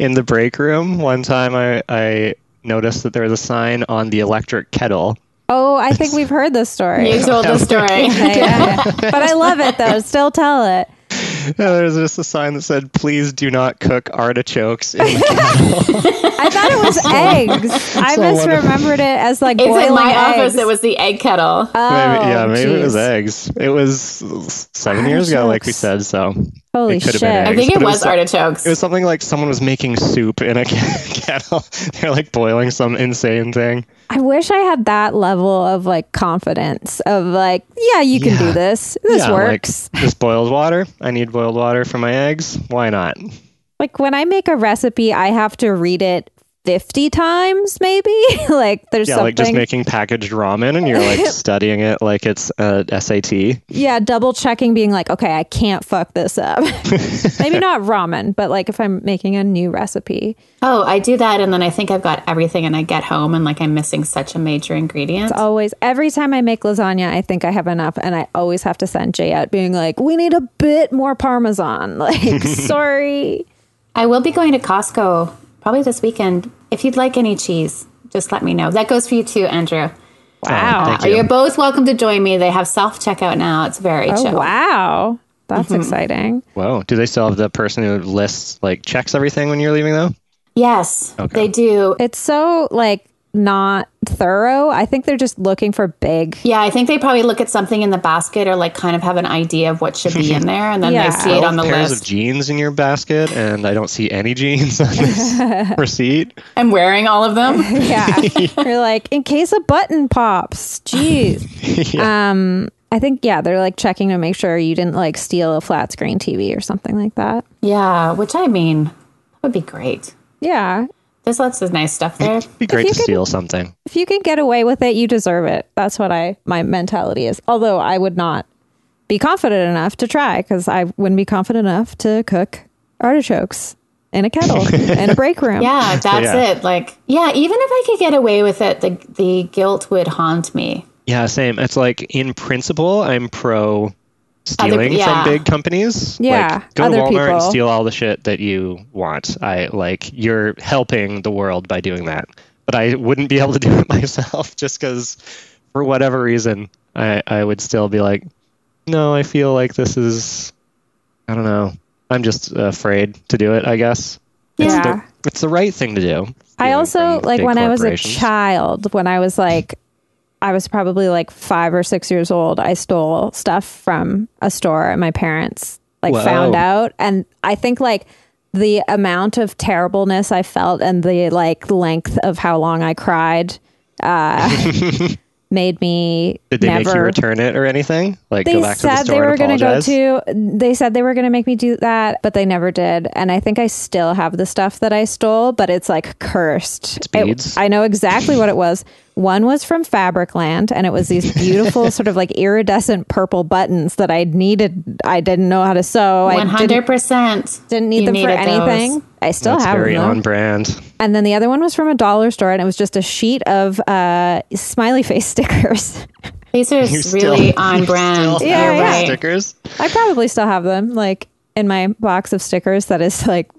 [SPEAKER 3] in the break room one time I, I noticed that there was a sign on the electric kettle.
[SPEAKER 1] oh, I think we've heard this story.
[SPEAKER 2] you told the story.
[SPEAKER 1] Yeah. but I love it though. Still tell it.
[SPEAKER 3] And there was just a sign that said, "Please do not cook artichokes." In the
[SPEAKER 1] I thought it was eggs. I
[SPEAKER 3] So wonderful.
[SPEAKER 1] misremembered it as like
[SPEAKER 2] It's
[SPEAKER 1] boiling
[SPEAKER 2] in my
[SPEAKER 1] eggs.
[SPEAKER 2] office. It was the egg kettle.
[SPEAKER 1] Oh,
[SPEAKER 3] maybe, yeah, maybe it was
[SPEAKER 1] jeez.
[SPEAKER 3] eggs. It was seven years ago, like we
[SPEAKER 1] Artichokes.
[SPEAKER 3] said. So
[SPEAKER 1] Holy
[SPEAKER 3] it could
[SPEAKER 1] shit.
[SPEAKER 3] have been
[SPEAKER 2] I
[SPEAKER 3] eggs.
[SPEAKER 2] think it
[SPEAKER 3] but
[SPEAKER 2] was artichokes.
[SPEAKER 3] It was something like someone was making soup in a kettle. They're like boiling some insane thing.
[SPEAKER 1] I wish I had that level of like confidence of like, yeah, you can do
[SPEAKER 3] Yeah.
[SPEAKER 1] this. This
[SPEAKER 3] Yeah, like,
[SPEAKER 1] works.
[SPEAKER 3] this boiled water. I need boiled water for my eggs. Why not?
[SPEAKER 1] Like when I make a recipe, I have to read it 50 times, maybe. like there's
[SPEAKER 3] Yeah,
[SPEAKER 1] something.
[SPEAKER 3] like just making packaged ramen and you're like studying it like it's uh, a SAT.
[SPEAKER 1] yeah, double checking, being like, okay, I can't fuck this up. maybe not ramen, but like if I'm making a new recipe,
[SPEAKER 2] oh, I do that, and then I think I've got everything, and I get home, and like I'm missing such a major ingredient.
[SPEAKER 1] always, every time I make lasagna, I think I have enough. And I always have to send Jay out being like, we need a bit more Parmesan. Like, sorry.
[SPEAKER 2] I will be going to Costco probably this weekend. If you'd like any cheese, just let me know. That goes for you too, Andrew.
[SPEAKER 1] Wow.
[SPEAKER 3] Um, thank
[SPEAKER 2] You're both welcome to join me. They have self checkout now. It's very
[SPEAKER 1] Oh,
[SPEAKER 2] chill.
[SPEAKER 1] wow. That's exciting.
[SPEAKER 3] Whoa. Do they still have the person who lists like checks everything when you're leaving though?
[SPEAKER 2] Yes, they do.
[SPEAKER 1] It's so like not thorough. I think they're just looking for big.
[SPEAKER 2] Yeah, I think they probably look at something in the basket or like kind of have an idea of what should be in there, and then
[SPEAKER 1] Yeah.
[SPEAKER 2] they see it on the
[SPEAKER 3] pairs
[SPEAKER 2] list.
[SPEAKER 3] of jeans in your basket, and I don't see any jeans on this receipt.
[SPEAKER 2] I'm wearing all of them.
[SPEAKER 1] Yeah. You're like, in case a button pops. Jeez.
[SPEAKER 3] Yeah.
[SPEAKER 1] Um, I think, yeah, they're like checking to make sure you didn't like steal a flat screen TV or something like that.
[SPEAKER 2] yeah, which I mean, that would be great.
[SPEAKER 1] Yeah.
[SPEAKER 2] There's lots of nice stuff there.
[SPEAKER 3] It'd be great
[SPEAKER 1] you
[SPEAKER 3] to
[SPEAKER 1] could-
[SPEAKER 3] steal something.
[SPEAKER 1] If you can get away with it, you deserve it. That's what I, my mentality is. Although I would not be confident enough to try because I wouldn't be confident enough to cook artichokes in a kettle in a break room.
[SPEAKER 2] Yeah, that's
[SPEAKER 3] Yeah.
[SPEAKER 2] it. Like, yeah, even if I could get away with it, the the guilt would haunt me.
[SPEAKER 3] Yeah, same. It's like in principle, I'm pro stealing
[SPEAKER 2] yeah.
[SPEAKER 3] from big companies.
[SPEAKER 1] Yeah,
[SPEAKER 3] like, go
[SPEAKER 1] other
[SPEAKER 3] to Walmart and
[SPEAKER 1] people.
[SPEAKER 3] steal all the shit that you want. I like you're helping the world by doing that, but I wouldn't be able to do it myself just because, for whatever reason, I I would still be like, no, I feel like this is, I don't know. I'm just uh, afraid to do it. I guess
[SPEAKER 1] Yeah.
[SPEAKER 3] the, it's the right thing to do.
[SPEAKER 1] I
[SPEAKER 3] stealing
[SPEAKER 1] also
[SPEAKER 3] from
[SPEAKER 1] like
[SPEAKER 3] big
[SPEAKER 1] when I was a
[SPEAKER 3] corporations.
[SPEAKER 1] child, when I was like I was probably like 5 or 6 years old, I stole stuff from a store and my parents like
[SPEAKER 3] Whoa.
[SPEAKER 1] found out and I think like the amount of terribleness I felt and the like length of how long I cried uh made me
[SPEAKER 3] Did they
[SPEAKER 1] never
[SPEAKER 3] make you return it or anything? Like
[SPEAKER 1] they
[SPEAKER 3] go back to
[SPEAKER 1] said
[SPEAKER 3] the store
[SPEAKER 1] they were
[SPEAKER 3] and
[SPEAKER 1] going to go
[SPEAKER 3] apologize?
[SPEAKER 1] to they said they were going to make me do that but they never did and i think i still have the stuff that i stole but it's like cursed It-
[SPEAKER 3] beads.
[SPEAKER 1] i know exactly what it was one was from fabricland and it was these beautiful sort of like iridescent purple buttons that i needed i didn't know how to sew
[SPEAKER 2] One
[SPEAKER 1] i didn't,
[SPEAKER 2] hundred percent.
[SPEAKER 1] didn't need them for anything i still
[SPEAKER 3] That's
[SPEAKER 1] have
[SPEAKER 3] very
[SPEAKER 1] them
[SPEAKER 3] on brand.
[SPEAKER 1] and then the other one was from a dollar store and it was just a sheet of uh, smiley face stickers
[SPEAKER 2] These are
[SPEAKER 3] You're
[SPEAKER 2] really
[SPEAKER 3] still-
[SPEAKER 2] on
[SPEAKER 3] you
[SPEAKER 2] brand.
[SPEAKER 3] still
[SPEAKER 1] Yeah,
[SPEAKER 3] have
[SPEAKER 2] You're
[SPEAKER 3] the
[SPEAKER 1] yeah.
[SPEAKER 2] right.
[SPEAKER 3] Stickers.
[SPEAKER 1] I probably still have them, like in my box of stickers that is like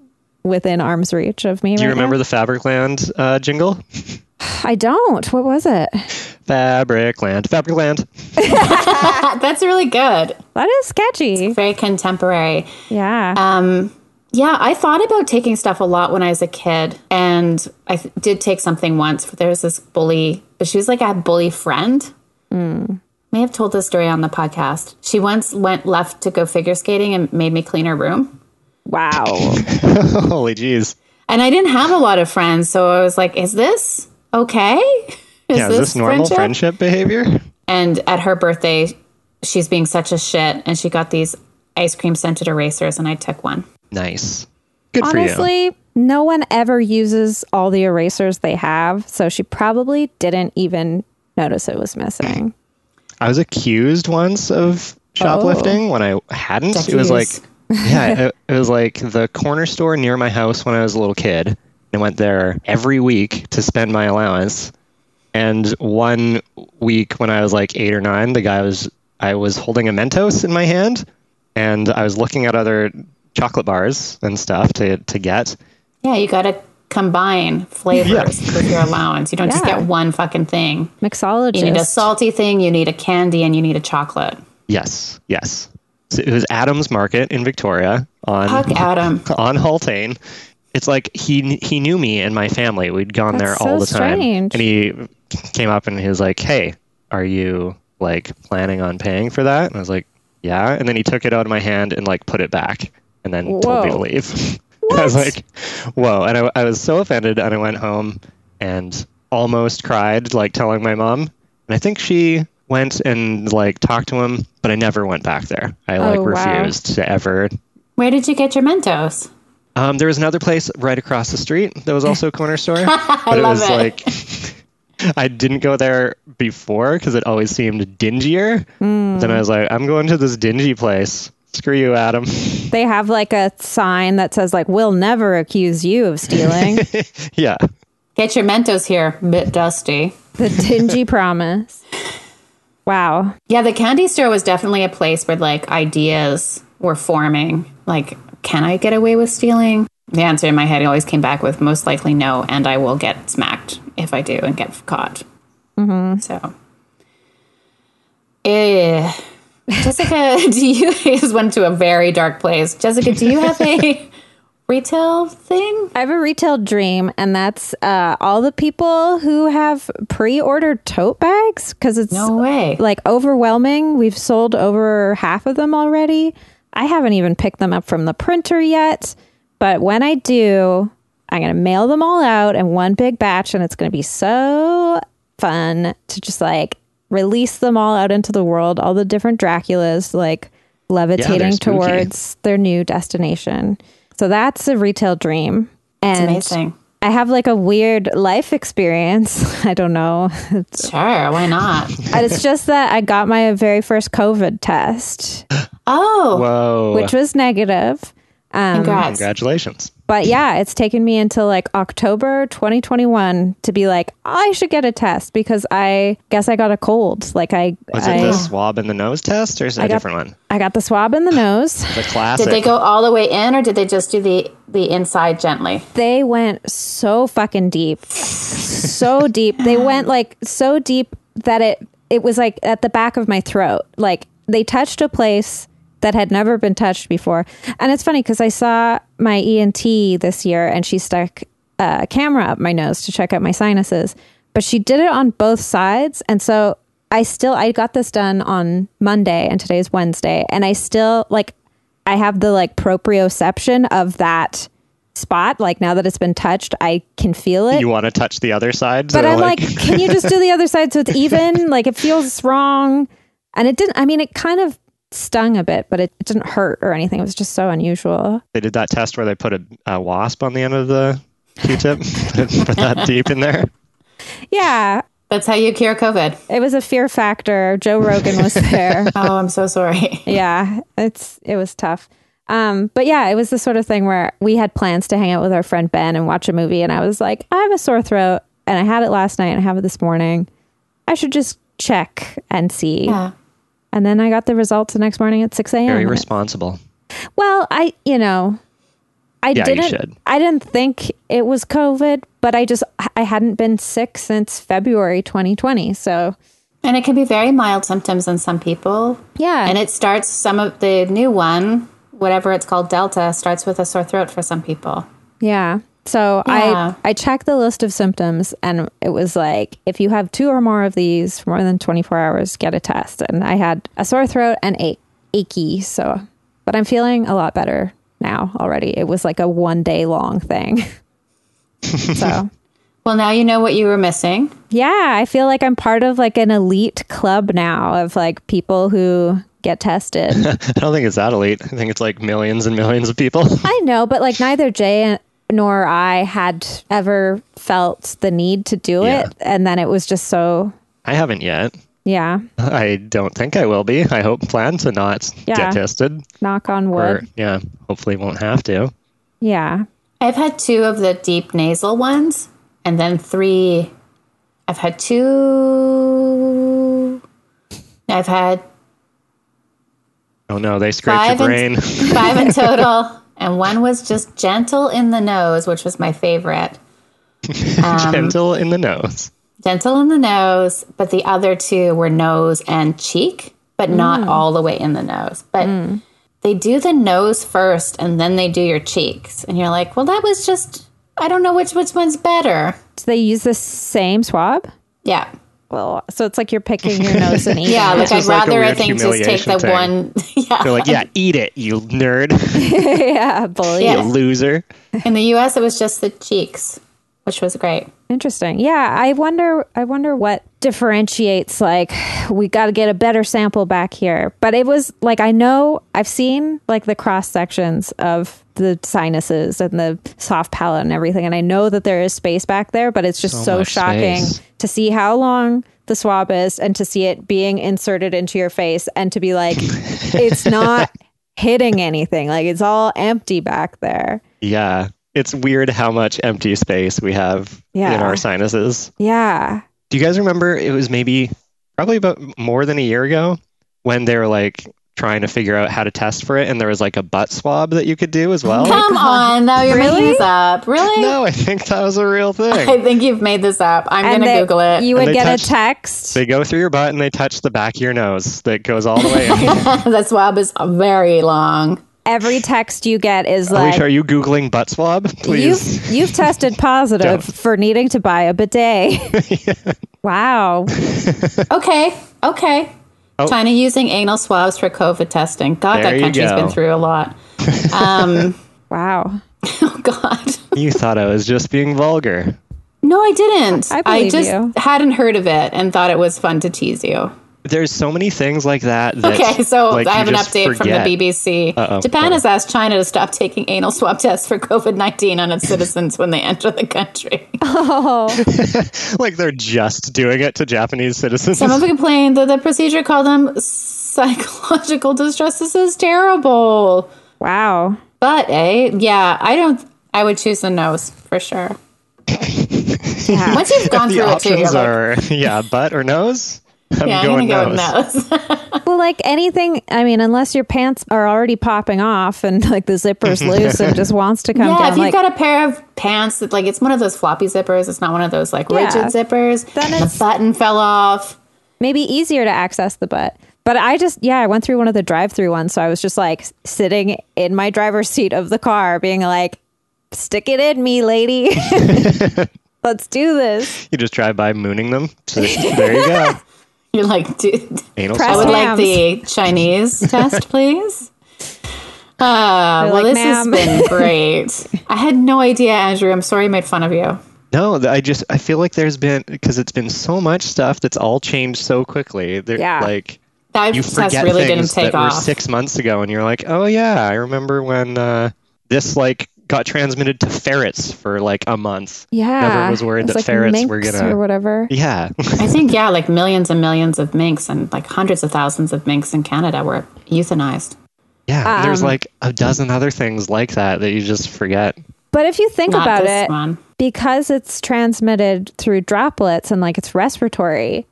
[SPEAKER 1] within arm's reach of me.
[SPEAKER 3] Do you
[SPEAKER 1] right
[SPEAKER 3] remember the Fabricland uh, jingle?
[SPEAKER 1] now. I don't. What was it?
[SPEAKER 3] Fabricland, Fabricland.
[SPEAKER 2] That- Uh, That's really good.
[SPEAKER 1] That is sketchy.
[SPEAKER 2] Very contemporary.
[SPEAKER 1] Yeah.
[SPEAKER 2] Uh, Um, Yeah, I thought about taking stuff a lot when I was a kid, and I th- did take something once. But there was this bully, but she was like a bully friend. May have told this story on the podcast. She once went left to go figure skating and made me clean her room.
[SPEAKER 1] wow.
[SPEAKER 3] Holy jeez.
[SPEAKER 2] And I didn't have a lot of friends, so I was like, "Is this okay? Is
[SPEAKER 3] Yeah, is this normal friendship, behavior?
[SPEAKER 2] And at her birthday, she's being such a shit, and she got these ice cream scented erasers, and I took one.
[SPEAKER 3] Nice. Good for you.
[SPEAKER 1] Honestly, no one ever uses all the erasers they have, so she probably didn't even notice it was missing.
[SPEAKER 3] I was accused once of shoplifting when I hadn't. It was like,
[SPEAKER 2] Accused.
[SPEAKER 3] yeah, it, it was like the corner store near my house when I was a little kid. I went there every week to spend my allowance. And one week when I was like eight or nine, the guy was, I was holding a Mentos in my hand and I was looking at other chocolate bars and stuff to, to get.
[SPEAKER 2] Yeah, you got to combine flavors with your allowance. You don't just
[SPEAKER 1] Yeah.
[SPEAKER 2] get one fucking thing. You need a
[SPEAKER 1] Mixologist.
[SPEAKER 2] salty thing, you need a candy, and you need a chocolate.
[SPEAKER 3] Yes, yes. So it was Adams Market in Victoria on
[SPEAKER 2] Fuck Adam.
[SPEAKER 3] on Haltane. It's like he he knew me and my family. We'd gone
[SPEAKER 1] That's
[SPEAKER 3] there all
[SPEAKER 1] so
[SPEAKER 3] the time,
[SPEAKER 1] strange.
[SPEAKER 3] and he came up and he was like, "Hey, are you like planning on paying for that?" And I was like, "Yeah." And then he took it out of my hand and like put it back, and then told me to
[SPEAKER 1] Whoa.
[SPEAKER 3] leave. I was like, "Whoa!" And I, I was so offended, and I went home and almost cried, like telling my mom. And I think she went and like talked to him, but I never went back there. I like
[SPEAKER 1] Oh, wow.
[SPEAKER 3] refused to ever
[SPEAKER 2] Where did you get your Mentos?
[SPEAKER 3] um, there was another place right across the street that was also a corner store, but it
[SPEAKER 2] love
[SPEAKER 3] was
[SPEAKER 2] it.
[SPEAKER 3] like I didn't go there before because it always seemed dingier.
[SPEAKER 1] Hmm.
[SPEAKER 3] Then I was like, I'm going to this dingy place. Screw you, Adam.
[SPEAKER 1] they have like a sign that says like we'll never accuse you of stealing.
[SPEAKER 3] yeah,
[SPEAKER 2] Get your Mentos here, bit dusty.
[SPEAKER 1] the dingy promise. Wow.
[SPEAKER 2] Yeah, the candy store was definitely a place where like ideas were forming. Like, can I get away with stealing? The answer in my head always came back with most likely no, and I will get smacked if I do and get caught. Mm-hmm. So, eh. Jessica, do you? This went to a very dark place. Jessica, do you have a retail thing?
[SPEAKER 1] I have a retail dream, and that's uh, all the people who have pre ordered tote bags because it's
[SPEAKER 2] No way.
[SPEAKER 1] like overwhelming. We've sold over half of them already. I haven't even picked them up from the printer yet, but when I do, I'm going to mail them all out in one big batch and it's going to be so fun to just like release them all out into the world, all the different Draculas like levitating
[SPEAKER 3] spooky.
[SPEAKER 1] towards their new destination. So that's a retail dream. And
[SPEAKER 2] Amazing.
[SPEAKER 1] I have like a weird life experience. I don't know.
[SPEAKER 2] Sure, why not?
[SPEAKER 1] And it's just that I got my very first COVID test,
[SPEAKER 2] Oh,
[SPEAKER 3] Whoa.
[SPEAKER 1] which was negative.
[SPEAKER 2] congrats.
[SPEAKER 3] Congratulations.
[SPEAKER 1] But yeah, it's taken me until like October 2021 to be like, I should get a test because I guess I got a cold. Like I,
[SPEAKER 3] Was
[SPEAKER 1] I,
[SPEAKER 3] it the swab in the nose test or is it a
[SPEAKER 1] got-
[SPEAKER 3] different one?
[SPEAKER 1] I got the swab in the nose.
[SPEAKER 3] The classic.
[SPEAKER 2] Did they go all the way in or did they just do the, the inside gently?
[SPEAKER 1] They went so fucking deep, so deep. They went like so deep that it it was like at the back of my throat. Like they touched a place that had never been touched before. And it's funny because I saw my ENT this year, and she stuck a camera up my nose to check out my sinuses, but she did it on both sides, and so. I still I got this done on Monday and today's Wednesday and I still like I have the like proprioception of that spot. Like now that it's been touched, I can feel it.
[SPEAKER 3] you want to touch the other side?
[SPEAKER 1] but
[SPEAKER 3] They're
[SPEAKER 1] I'm like, can you just do the other side so it's even? Like it feels wrong. And it didn't, I mean, it kind of stung a bit, but it, it didn't hurt or anything. It was just so unusual.
[SPEAKER 3] they did that test where they put a, a wasp on the end of the Q-tip, put that deep in there.
[SPEAKER 1] Yeah.
[SPEAKER 2] That's how you cure COVID.
[SPEAKER 1] It was a fear factor. Joe Rogan was there.
[SPEAKER 2] Oh, I'm so sorry.
[SPEAKER 1] yeah, it's it was tough. Um, but yeah, it was the sort of thing where we had plans to hang out with our friend Ben and watch a movie, and I was like, I have a sore throat, and I had it last night, and I have it this morning. I should just check and see.
[SPEAKER 2] Yeah.
[SPEAKER 1] And then I got the results the next morning at six a.m.
[SPEAKER 3] Very
[SPEAKER 1] and it-
[SPEAKER 3] responsible.
[SPEAKER 1] well, I you know, I
[SPEAKER 3] Yeah, you should.
[SPEAKER 1] didn't. I didn't think it was COVID, but I just I hadn't been sick since February 2020. So
[SPEAKER 2] And it can be very mild symptoms in some people.
[SPEAKER 1] yeah,
[SPEAKER 2] And it starts, some of the new one, whatever it's called, Delta, starts with a sore throat for some people.
[SPEAKER 1] Yeah. So
[SPEAKER 2] Yeah.
[SPEAKER 1] I I checked the list of symptoms and it was like if you have two or more of these for more than 24 hours get a test and I had a sore throat and a- achy so but I'm feeling a lot better now already. It was like a one day long thing. so
[SPEAKER 2] Well, now you know what you were missing.
[SPEAKER 1] yeah, I feel like I'm part of like an elite club now of like people who get tested.
[SPEAKER 3] I don't think it's that elite. I think it's like millions and millions of people.
[SPEAKER 1] I know, but like neither Jay nor I had ever felt the need to do
[SPEAKER 3] Yeah.
[SPEAKER 1] it. And then it was just so,
[SPEAKER 3] I haven't yet.
[SPEAKER 1] yeah,
[SPEAKER 3] I don't think I will be. I hope plan to not
[SPEAKER 1] Yeah.
[SPEAKER 3] get tested.
[SPEAKER 1] knock on wood.
[SPEAKER 3] Or yeah, hopefully won't have to.
[SPEAKER 1] Yeah.
[SPEAKER 2] I've had two of the deep nasal ones, and then three. I've had two. I've had
[SPEAKER 3] Oh no, they scrape
[SPEAKER 2] Five
[SPEAKER 3] your
[SPEAKER 2] and-
[SPEAKER 3] brain.
[SPEAKER 2] five in total, and one was just gentle in the nose, which was my favorite.
[SPEAKER 3] Gentle in the nose.
[SPEAKER 2] Gentle in the nose, but the other two were nose and cheek, but not all the way in the nose. But they do the nose first, and then they do your cheeks, and you're like, well, that was just. I don't know which which one's better.
[SPEAKER 1] So they use the same swab?
[SPEAKER 2] Yeah.
[SPEAKER 1] Well, so it's like you're picking your nose and eating.
[SPEAKER 2] Yeah,
[SPEAKER 1] it.
[SPEAKER 2] like I'd
[SPEAKER 3] just like a
[SPEAKER 2] rather I
[SPEAKER 3] weird
[SPEAKER 2] think just take
[SPEAKER 3] humiliation
[SPEAKER 2] the one.
[SPEAKER 3] thing.
[SPEAKER 2] Yeah.
[SPEAKER 3] They're like, yeah, eat it, you nerd,
[SPEAKER 1] yeah, bully.
[SPEAKER 3] you loser.
[SPEAKER 2] In the U.S., it was just the cheeks, which was great.
[SPEAKER 1] Interesting. Yeah, I wonder. I wonder what differentiates. Like, we got to get a better sample back here. But it was like I know I've seen like the cross sections of the sinuses and the soft palate and everything, and I know that there is space back there. But it's just so,
[SPEAKER 3] much
[SPEAKER 1] shocking
[SPEAKER 3] space.
[SPEAKER 1] to see how long the swab is and to see it being inserted into your face and to be like, it's not hitting anything. Like it's all empty back there.
[SPEAKER 3] Yeah, it's weird how much empty space we have in
[SPEAKER 1] Yeah.
[SPEAKER 3] our sinuses.
[SPEAKER 1] Yeah.
[SPEAKER 3] Do you guys remember? It was maybe probably about more than a year ago when they were like trying to figure out how to test for it, and there was like a butt swab that you could do as well.
[SPEAKER 2] Come on, though, you're making this up. Really?
[SPEAKER 3] No, I think that was a real thing.
[SPEAKER 2] I think you've made this up. I'm
[SPEAKER 1] and
[SPEAKER 2] gonna
[SPEAKER 1] that
[SPEAKER 2] Google it.
[SPEAKER 1] You
[SPEAKER 3] And
[SPEAKER 1] would
[SPEAKER 3] they
[SPEAKER 1] get
[SPEAKER 3] touched-
[SPEAKER 1] a text.
[SPEAKER 3] They go through your butt and they touch the back of your nose that goes all the way in.
[SPEAKER 2] the swab is very long.
[SPEAKER 1] every text you get is like,
[SPEAKER 3] Alicia, are you Googling butt swab? Please.
[SPEAKER 1] You've you've tested positive for needing to buy a bidet. Wow.
[SPEAKER 2] Okay, okay. China using anal swabs for COVID testing. God,
[SPEAKER 3] Oh. There
[SPEAKER 2] that
[SPEAKER 3] you
[SPEAKER 2] country's
[SPEAKER 3] go.
[SPEAKER 2] been through a lot. Um,
[SPEAKER 1] Wow.
[SPEAKER 2] oh God.
[SPEAKER 3] you thought I was just being vulgar.
[SPEAKER 2] No, I didn't.
[SPEAKER 1] I
[SPEAKER 2] I,
[SPEAKER 1] believe
[SPEAKER 2] just
[SPEAKER 1] you.
[SPEAKER 2] hadn't heard of it and thought it was fun to tease you.
[SPEAKER 3] There's so many things like that. That,
[SPEAKER 2] Okay, so
[SPEAKER 3] like,
[SPEAKER 2] I
[SPEAKER 3] you
[SPEAKER 2] have an
[SPEAKER 3] just
[SPEAKER 2] update from
[SPEAKER 3] forget.
[SPEAKER 2] the BBC.
[SPEAKER 3] Uh-oh,
[SPEAKER 2] Japan
[SPEAKER 3] what?
[SPEAKER 2] has asked China to stop taking anal swab tests for COVID 19 on its citizens when they enter the country.
[SPEAKER 1] Oh,
[SPEAKER 3] Like they're just doing it to Japanese citizens.
[SPEAKER 2] Some have complained that the procedure called them psychological distress. This is terrible.
[SPEAKER 1] wow.
[SPEAKER 2] But, eh? Yeah, I don't. I would choose the nose for sure.
[SPEAKER 1] Yeah.
[SPEAKER 2] Once you've gone
[SPEAKER 3] the
[SPEAKER 2] through it, too,
[SPEAKER 3] options
[SPEAKER 2] you're like,
[SPEAKER 3] are yeah, butt or nose. I'm
[SPEAKER 2] yeah, I'm
[SPEAKER 3] going
[SPEAKER 2] going to go
[SPEAKER 3] nose.
[SPEAKER 2] with nose.
[SPEAKER 1] well, like anything, I mean, unless your pants are already popping off and like the zipper's loose and just wants to come
[SPEAKER 2] yeah,
[SPEAKER 1] down,
[SPEAKER 2] if
[SPEAKER 1] like,
[SPEAKER 2] you've got a pair of pants that like it's one of those floppy zippers, it's not one of those like rigid
[SPEAKER 1] Yeah.
[SPEAKER 2] zippers.
[SPEAKER 1] Then
[SPEAKER 2] the
[SPEAKER 1] it's-
[SPEAKER 2] button fell off.
[SPEAKER 1] maybe easier to access the butt. But I just, yeah, I went through one of the drive through ones. So I was just like sitting in my driver's seat of the car, being like, stick it in me, lady. Let's do this.
[SPEAKER 3] You just drive by mooning them. So there you go.
[SPEAKER 2] You're like, dude,
[SPEAKER 3] Anal
[SPEAKER 1] Press
[SPEAKER 2] I would
[SPEAKER 3] swab.
[SPEAKER 2] like
[SPEAKER 1] Hams.
[SPEAKER 2] the Chinese test, please. Uh, well,
[SPEAKER 1] like,
[SPEAKER 2] this has
[SPEAKER 1] "Ma'am."
[SPEAKER 2] been great. I had no idea, Andrew. I'm sorry I made fun of you.
[SPEAKER 3] No, th- I just I feel like there's been because it's been so much stuff that's all changed so quickly. There,
[SPEAKER 1] Yeah.
[SPEAKER 3] like
[SPEAKER 2] That
[SPEAKER 3] you
[SPEAKER 2] test
[SPEAKER 3] forget
[SPEAKER 2] really didn't
[SPEAKER 3] things
[SPEAKER 2] take
[SPEAKER 3] that
[SPEAKER 2] off.
[SPEAKER 3] were six months ago, and you're like, oh yeah, I remember when uh, this like got transmitted to ferrets for like a month.
[SPEAKER 1] Yeah.
[SPEAKER 3] never was worried
[SPEAKER 1] It's
[SPEAKER 3] that ferrets were
[SPEAKER 1] minks
[SPEAKER 3] gonna-
[SPEAKER 1] Or whatever.
[SPEAKER 3] Yeah,
[SPEAKER 2] I think yeah, like millions and millions of minks and like hundreds of thousands of minks in Canada were euthanized.
[SPEAKER 3] yeah. there's
[SPEAKER 1] Um.
[SPEAKER 3] like a dozen other things like that that you just forget.
[SPEAKER 1] But if you think
[SPEAKER 2] Not
[SPEAKER 1] about
[SPEAKER 2] this
[SPEAKER 1] it,
[SPEAKER 2] one.
[SPEAKER 1] because it's transmitted through droplets and like it's respiratory,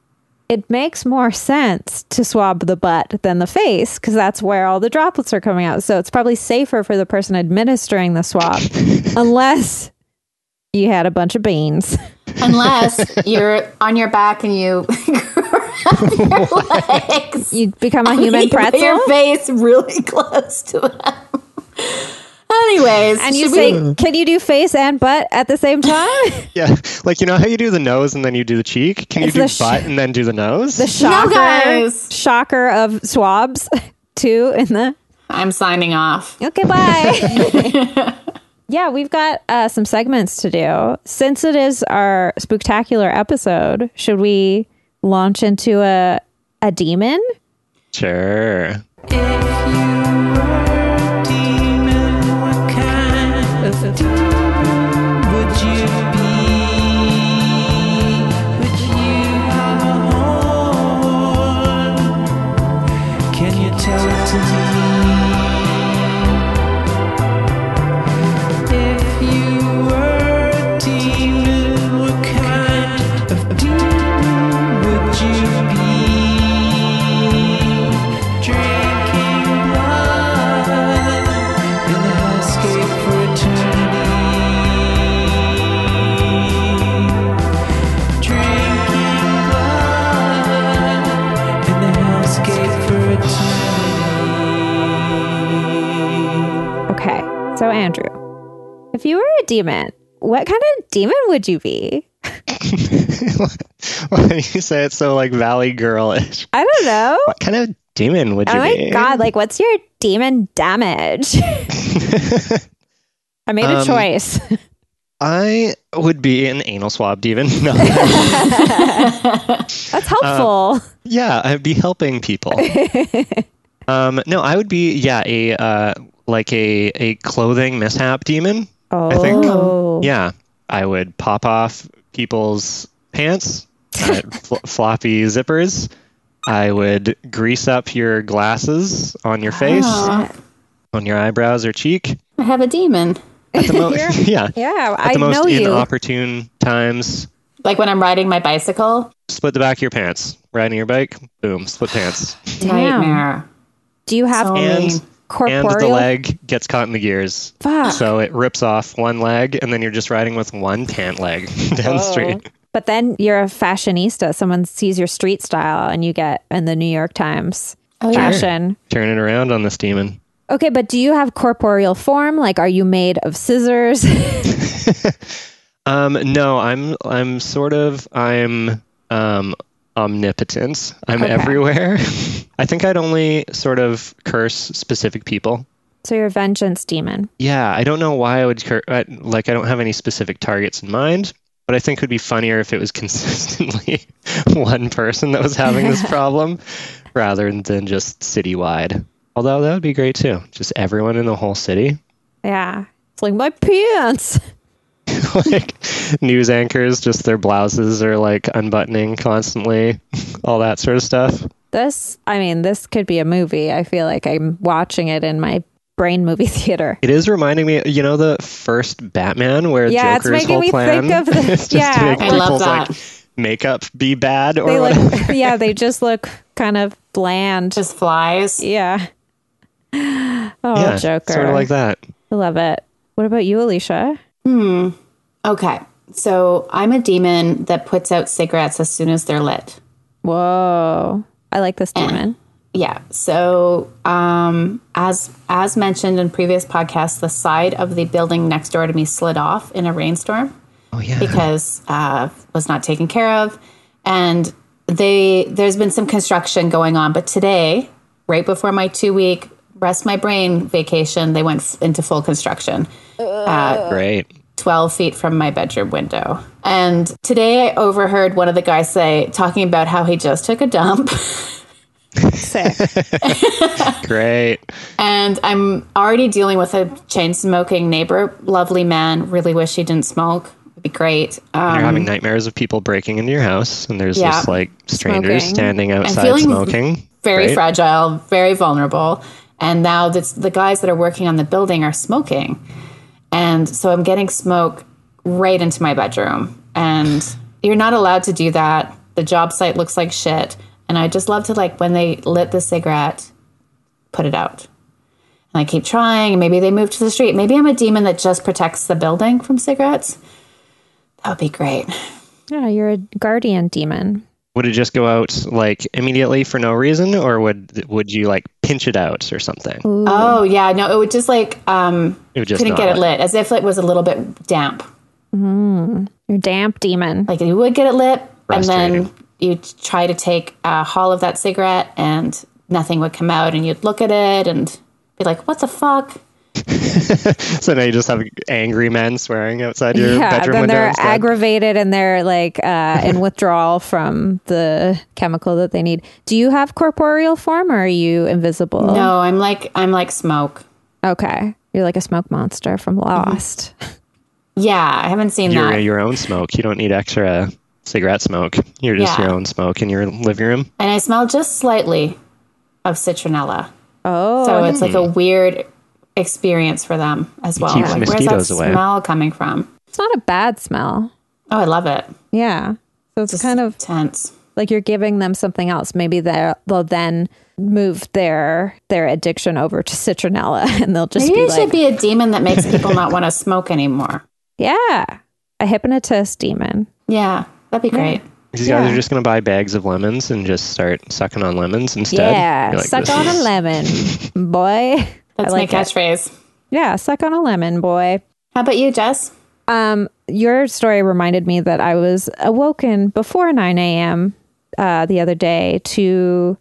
[SPEAKER 1] it makes more sense to swab the butt than the face because that's where all the droplets are coming out. So it's probably safer for the person administering the swab, unless you had a bunch of beans.
[SPEAKER 2] Unless you're on your back and you grab your legs.
[SPEAKER 1] You become a human
[SPEAKER 2] You put
[SPEAKER 1] pretzel.
[SPEAKER 2] Your face really close to them. Anyways,
[SPEAKER 1] and you
[SPEAKER 2] should
[SPEAKER 1] say,
[SPEAKER 2] we-
[SPEAKER 1] can you do face and butt at the same time?
[SPEAKER 3] Yeah, like you know how you do the nose and then you do the cheek. Can you
[SPEAKER 1] It's
[SPEAKER 3] do
[SPEAKER 1] the sh-
[SPEAKER 3] butt and then do the nose?
[SPEAKER 1] The shocker,
[SPEAKER 2] guys.
[SPEAKER 1] shocker of swabs, too, in the
[SPEAKER 2] I'm signing off.
[SPEAKER 1] Okay, bye. yeah, we've got uh, some segments to do. Since it is our spooktacular episode, should we launch into a a demon?
[SPEAKER 3] sure.
[SPEAKER 4] demon, what kind of demon would you be? Would you have a horn? Can you tell it to me? If you were a demon, what kind of demon would you be? Drinking blood in the hellscape for eternity. Drinking blood in the hellscape for eternity.
[SPEAKER 1] Okay, so Andrew, if you were a demon, what kind of demon would you be?
[SPEAKER 3] Why do you say it so like Valley Girlish?
[SPEAKER 1] I don't know.
[SPEAKER 3] What kind of demon would you
[SPEAKER 1] Oh my
[SPEAKER 3] be?
[SPEAKER 1] god! Like, what's your demon damage? I made a
[SPEAKER 3] Um,
[SPEAKER 1] choice.
[SPEAKER 3] I would be an anal swab demon. No.
[SPEAKER 1] That's
[SPEAKER 3] uh,
[SPEAKER 1] helpful.
[SPEAKER 3] yeah, I'd be helping people. um, no, I would be yeah a uh, like a a clothing mishap demon. I think-
[SPEAKER 1] oh,
[SPEAKER 3] Yeah, I would pop off people's pants, uh, fl- floppy zippers. I would grease up your glasses on
[SPEAKER 1] Oh,
[SPEAKER 3] your face,
[SPEAKER 2] Aw,
[SPEAKER 3] on your eyebrows or cheek.
[SPEAKER 2] I have a demon.
[SPEAKER 3] At the mo- yeah,
[SPEAKER 1] yeah.
[SPEAKER 3] at
[SPEAKER 1] I
[SPEAKER 3] the
[SPEAKER 1] know
[SPEAKER 3] most
[SPEAKER 1] you.
[SPEAKER 3] inopportune times.
[SPEAKER 2] Like when I'm riding my bicycle,
[SPEAKER 3] Split the back of your pants. Riding your bike, boom, split pants.
[SPEAKER 1] Damn.
[SPEAKER 2] nightmare.
[SPEAKER 1] Do you have
[SPEAKER 2] So
[SPEAKER 3] And
[SPEAKER 2] mean.
[SPEAKER 1] corporeal?
[SPEAKER 3] and the leg gets caught in the gears.
[SPEAKER 1] Fuck.
[SPEAKER 3] So it rips off one leg, and then you're just riding with one pant leg down the
[SPEAKER 1] Oh.
[SPEAKER 3] street.
[SPEAKER 1] But then you're a fashionista. Someone sees your street style and you get in the New York Times
[SPEAKER 2] Oh, yeah.
[SPEAKER 1] fashion.
[SPEAKER 3] Turn it around on this demon.
[SPEAKER 1] Okay, but do you have corporeal form? Like, are you made of scissors?
[SPEAKER 3] Um, no, I'm I'm sort of I'm um, omnipotent. I'm
[SPEAKER 1] Okay.
[SPEAKER 3] everywhere. I think I'd only sort of curse specific people.
[SPEAKER 1] so you're a vengeance demon.
[SPEAKER 3] Yeah, I don't know why I would cur- I, like I don't have any specific targets in mind, but I think it would be funnier if it was consistently one person that was having this problem rather than just citywide. Although that would be great too. Just everyone in the whole city.
[SPEAKER 1] Yeah. It's like my pants.
[SPEAKER 3] like news anchors, just their blouses are like unbuttoning constantly, all that sort of stuff.
[SPEAKER 1] This, I mean, this could be a movie. I feel like I'm watching it in my brain movie theater.
[SPEAKER 3] It is reminding me, you know, the first Batman where
[SPEAKER 1] Yeah, it's
[SPEAKER 3] Joker's
[SPEAKER 1] making
[SPEAKER 3] whole
[SPEAKER 1] me
[SPEAKER 3] plan
[SPEAKER 1] think of the-
[SPEAKER 3] is just
[SPEAKER 1] yeah.
[SPEAKER 3] to make
[SPEAKER 2] I love
[SPEAKER 3] people's like
[SPEAKER 2] that.
[SPEAKER 3] makeup be bad or
[SPEAKER 1] They
[SPEAKER 3] whatever.
[SPEAKER 1] look, yeah, they just look kind of bland.
[SPEAKER 2] Just flies.
[SPEAKER 1] Yeah. Oh,
[SPEAKER 3] yeah,
[SPEAKER 1] Joker.
[SPEAKER 3] sort of like that.
[SPEAKER 1] I love it. What about you, Alicia?
[SPEAKER 2] Okay. So I'm a demon that puts out cigarettes as soon as they're lit.
[SPEAKER 1] Whoa. I like this demon.
[SPEAKER 2] Yeah. So um, as as mentioned in previous podcasts, the side of the building next door to me slid off in a rainstorm
[SPEAKER 3] Oh yeah,
[SPEAKER 2] because uh, was not taken care of, and they there's been some construction going on. But today, right before my two week rest my brain vacation, they went f- into full construction.
[SPEAKER 3] great.
[SPEAKER 2] 12 feet from my bedroom window. And today I overheard one of the guys say, talking about how he just took a dump.
[SPEAKER 1] Sick.
[SPEAKER 3] Great.
[SPEAKER 2] and I'm already dealing with a chain smoking neighbor, lovely man. Really wish he didn't smoke. It'd be great. Um,
[SPEAKER 3] You're having nightmares of people breaking into your house, and there's
[SPEAKER 2] Yeah.
[SPEAKER 3] just like strangers
[SPEAKER 1] Smoking.
[SPEAKER 3] standing outside
[SPEAKER 2] feeling
[SPEAKER 3] smoking.
[SPEAKER 2] very
[SPEAKER 3] Great.
[SPEAKER 2] fragile, very vulnerable. And now that's the guys that are working on the building are smoking. And so I'm getting smoke right into my bedroom. And you're not allowed to do that. The job site looks like shit. And I just love to like when they lit the cigarette, put it out. And I keep trying. Maybe they move to the street. Maybe I'm a demon that just protects the building from cigarettes. That would be great.
[SPEAKER 1] yeah, you're a guardian demon.
[SPEAKER 3] Would it just go out like immediately for no reason, or would would you like pinch it out or something?
[SPEAKER 2] Oh yeah, no, it would just like um
[SPEAKER 3] It would just
[SPEAKER 2] couldn't
[SPEAKER 3] not
[SPEAKER 2] get it
[SPEAKER 3] like-
[SPEAKER 2] lit as if it was a little bit damp.
[SPEAKER 1] You're a damp demon.
[SPEAKER 2] like you would get it lit and then
[SPEAKER 3] Frustrating.
[SPEAKER 2] you try to take a haul of that cigarette and nothing would come out and you'd look at it and be like what the fuck
[SPEAKER 3] So now you just have angry men swearing outside your
[SPEAKER 1] yeah,
[SPEAKER 3] bedroom
[SPEAKER 1] then
[SPEAKER 3] window.
[SPEAKER 1] they're
[SPEAKER 3] instead.
[SPEAKER 1] aggravated and they're like uh, in withdrawal from the chemical that they need. Do you have corporeal form or are you invisible?
[SPEAKER 2] no i'm like i'm like smoke
[SPEAKER 1] Okay. You're like a smoke monster from Lost.
[SPEAKER 2] yeah i haven't seen
[SPEAKER 3] You're
[SPEAKER 2] that
[SPEAKER 3] your own smoke. You don't need extra cigarette smoke. You're just
[SPEAKER 2] Yeah.
[SPEAKER 3] your own smoke in your living room.
[SPEAKER 2] and i smell just slightly of citronella
[SPEAKER 1] Oh,
[SPEAKER 2] so it's like a weird experience for them as well
[SPEAKER 3] mm. Keeps
[SPEAKER 2] Like, where's
[SPEAKER 3] mosquitoes
[SPEAKER 2] that
[SPEAKER 3] away.
[SPEAKER 2] smell coming from
[SPEAKER 1] it's not a bad smell.
[SPEAKER 2] oh i love it
[SPEAKER 1] Yeah. So it's kind of
[SPEAKER 2] tense
[SPEAKER 1] like you're giving them something else. Maybe they'll they'll then move their their addiction over to citronella and they'll just be
[SPEAKER 2] maybe it
[SPEAKER 1] like,
[SPEAKER 2] should be a demon that makes people not want to smoke anymore
[SPEAKER 1] yeah, a hypnotist demon.
[SPEAKER 2] yeah that'd be great
[SPEAKER 3] These guys are just going to buy bags of lemons and just start sucking on lemons instead.
[SPEAKER 1] Yeah,
[SPEAKER 3] You're like,
[SPEAKER 1] suck
[SPEAKER 3] "This
[SPEAKER 1] on a
[SPEAKER 3] is-
[SPEAKER 1] lemon, boy.
[SPEAKER 2] that's
[SPEAKER 1] like
[SPEAKER 2] my
[SPEAKER 1] it.
[SPEAKER 2] catchphrase
[SPEAKER 1] Yeah, suck on a lemon, boy.
[SPEAKER 2] How about you, Jess?
[SPEAKER 1] Um, your story reminded me that I was awoken before 9 a.m. Uh, the other day to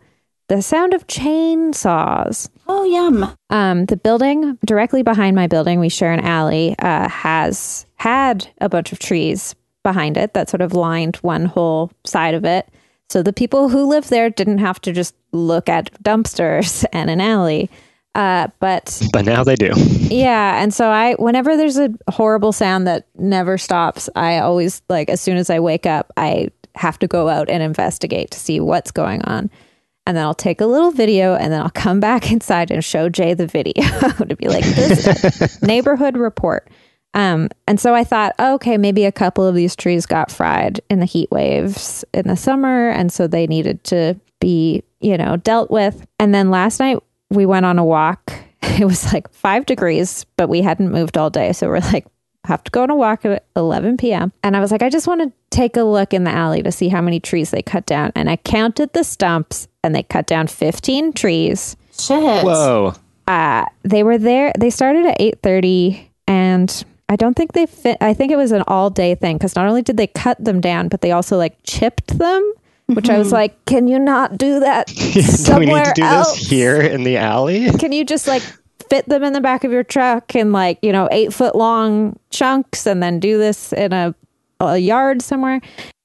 [SPEAKER 1] the sound of chainsaws.
[SPEAKER 2] Oh, yum.
[SPEAKER 1] Um, the building directly behind my building, we share an alley, uh, has had a bunch of trees behind it that sort of lined one whole side of it. So the people who live there didn't have to just look at dumpsters and an alley. Uh, but
[SPEAKER 3] But now they do.
[SPEAKER 1] yeah, and so I whenever there's a horrible sound that never stops, I always like as soon as I wake up, I have to go out and investigate to see what's going on. And then I'll take a little video and then I'll come back inside and show Jay the video to be like this is a neighborhood report. Um, and so I thought, oh, okay, maybe a couple of these trees got fried in the heat waves in the summer. And so they needed to be, you know, dealt with. And then last night we went on a walk. It was like five degrees, but we hadn't moved all day. So we're like, have to go on a walk at 11 p.m. And I was like, I just want to take a look in the alley to see how many trees they cut down. And I counted the stumps and they cut down 15 trees.
[SPEAKER 2] Shit.
[SPEAKER 3] Whoa.
[SPEAKER 1] uh, they were there. They started at eight thirty, and I don't think they fit. I think it was an all day thing because not only did they cut them down, but they also like chipped them, which I was like, can you not do that
[SPEAKER 3] Mm-hmm. do we
[SPEAKER 1] somewhere
[SPEAKER 3] need to do
[SPEAKER 1] else?
[SPEAKER 3] this here in the alley?
[SPEAKER 1] Can you just like fit them in the back of your truck in like you know eight foot long chunks and then do this in a, a yard somewhere?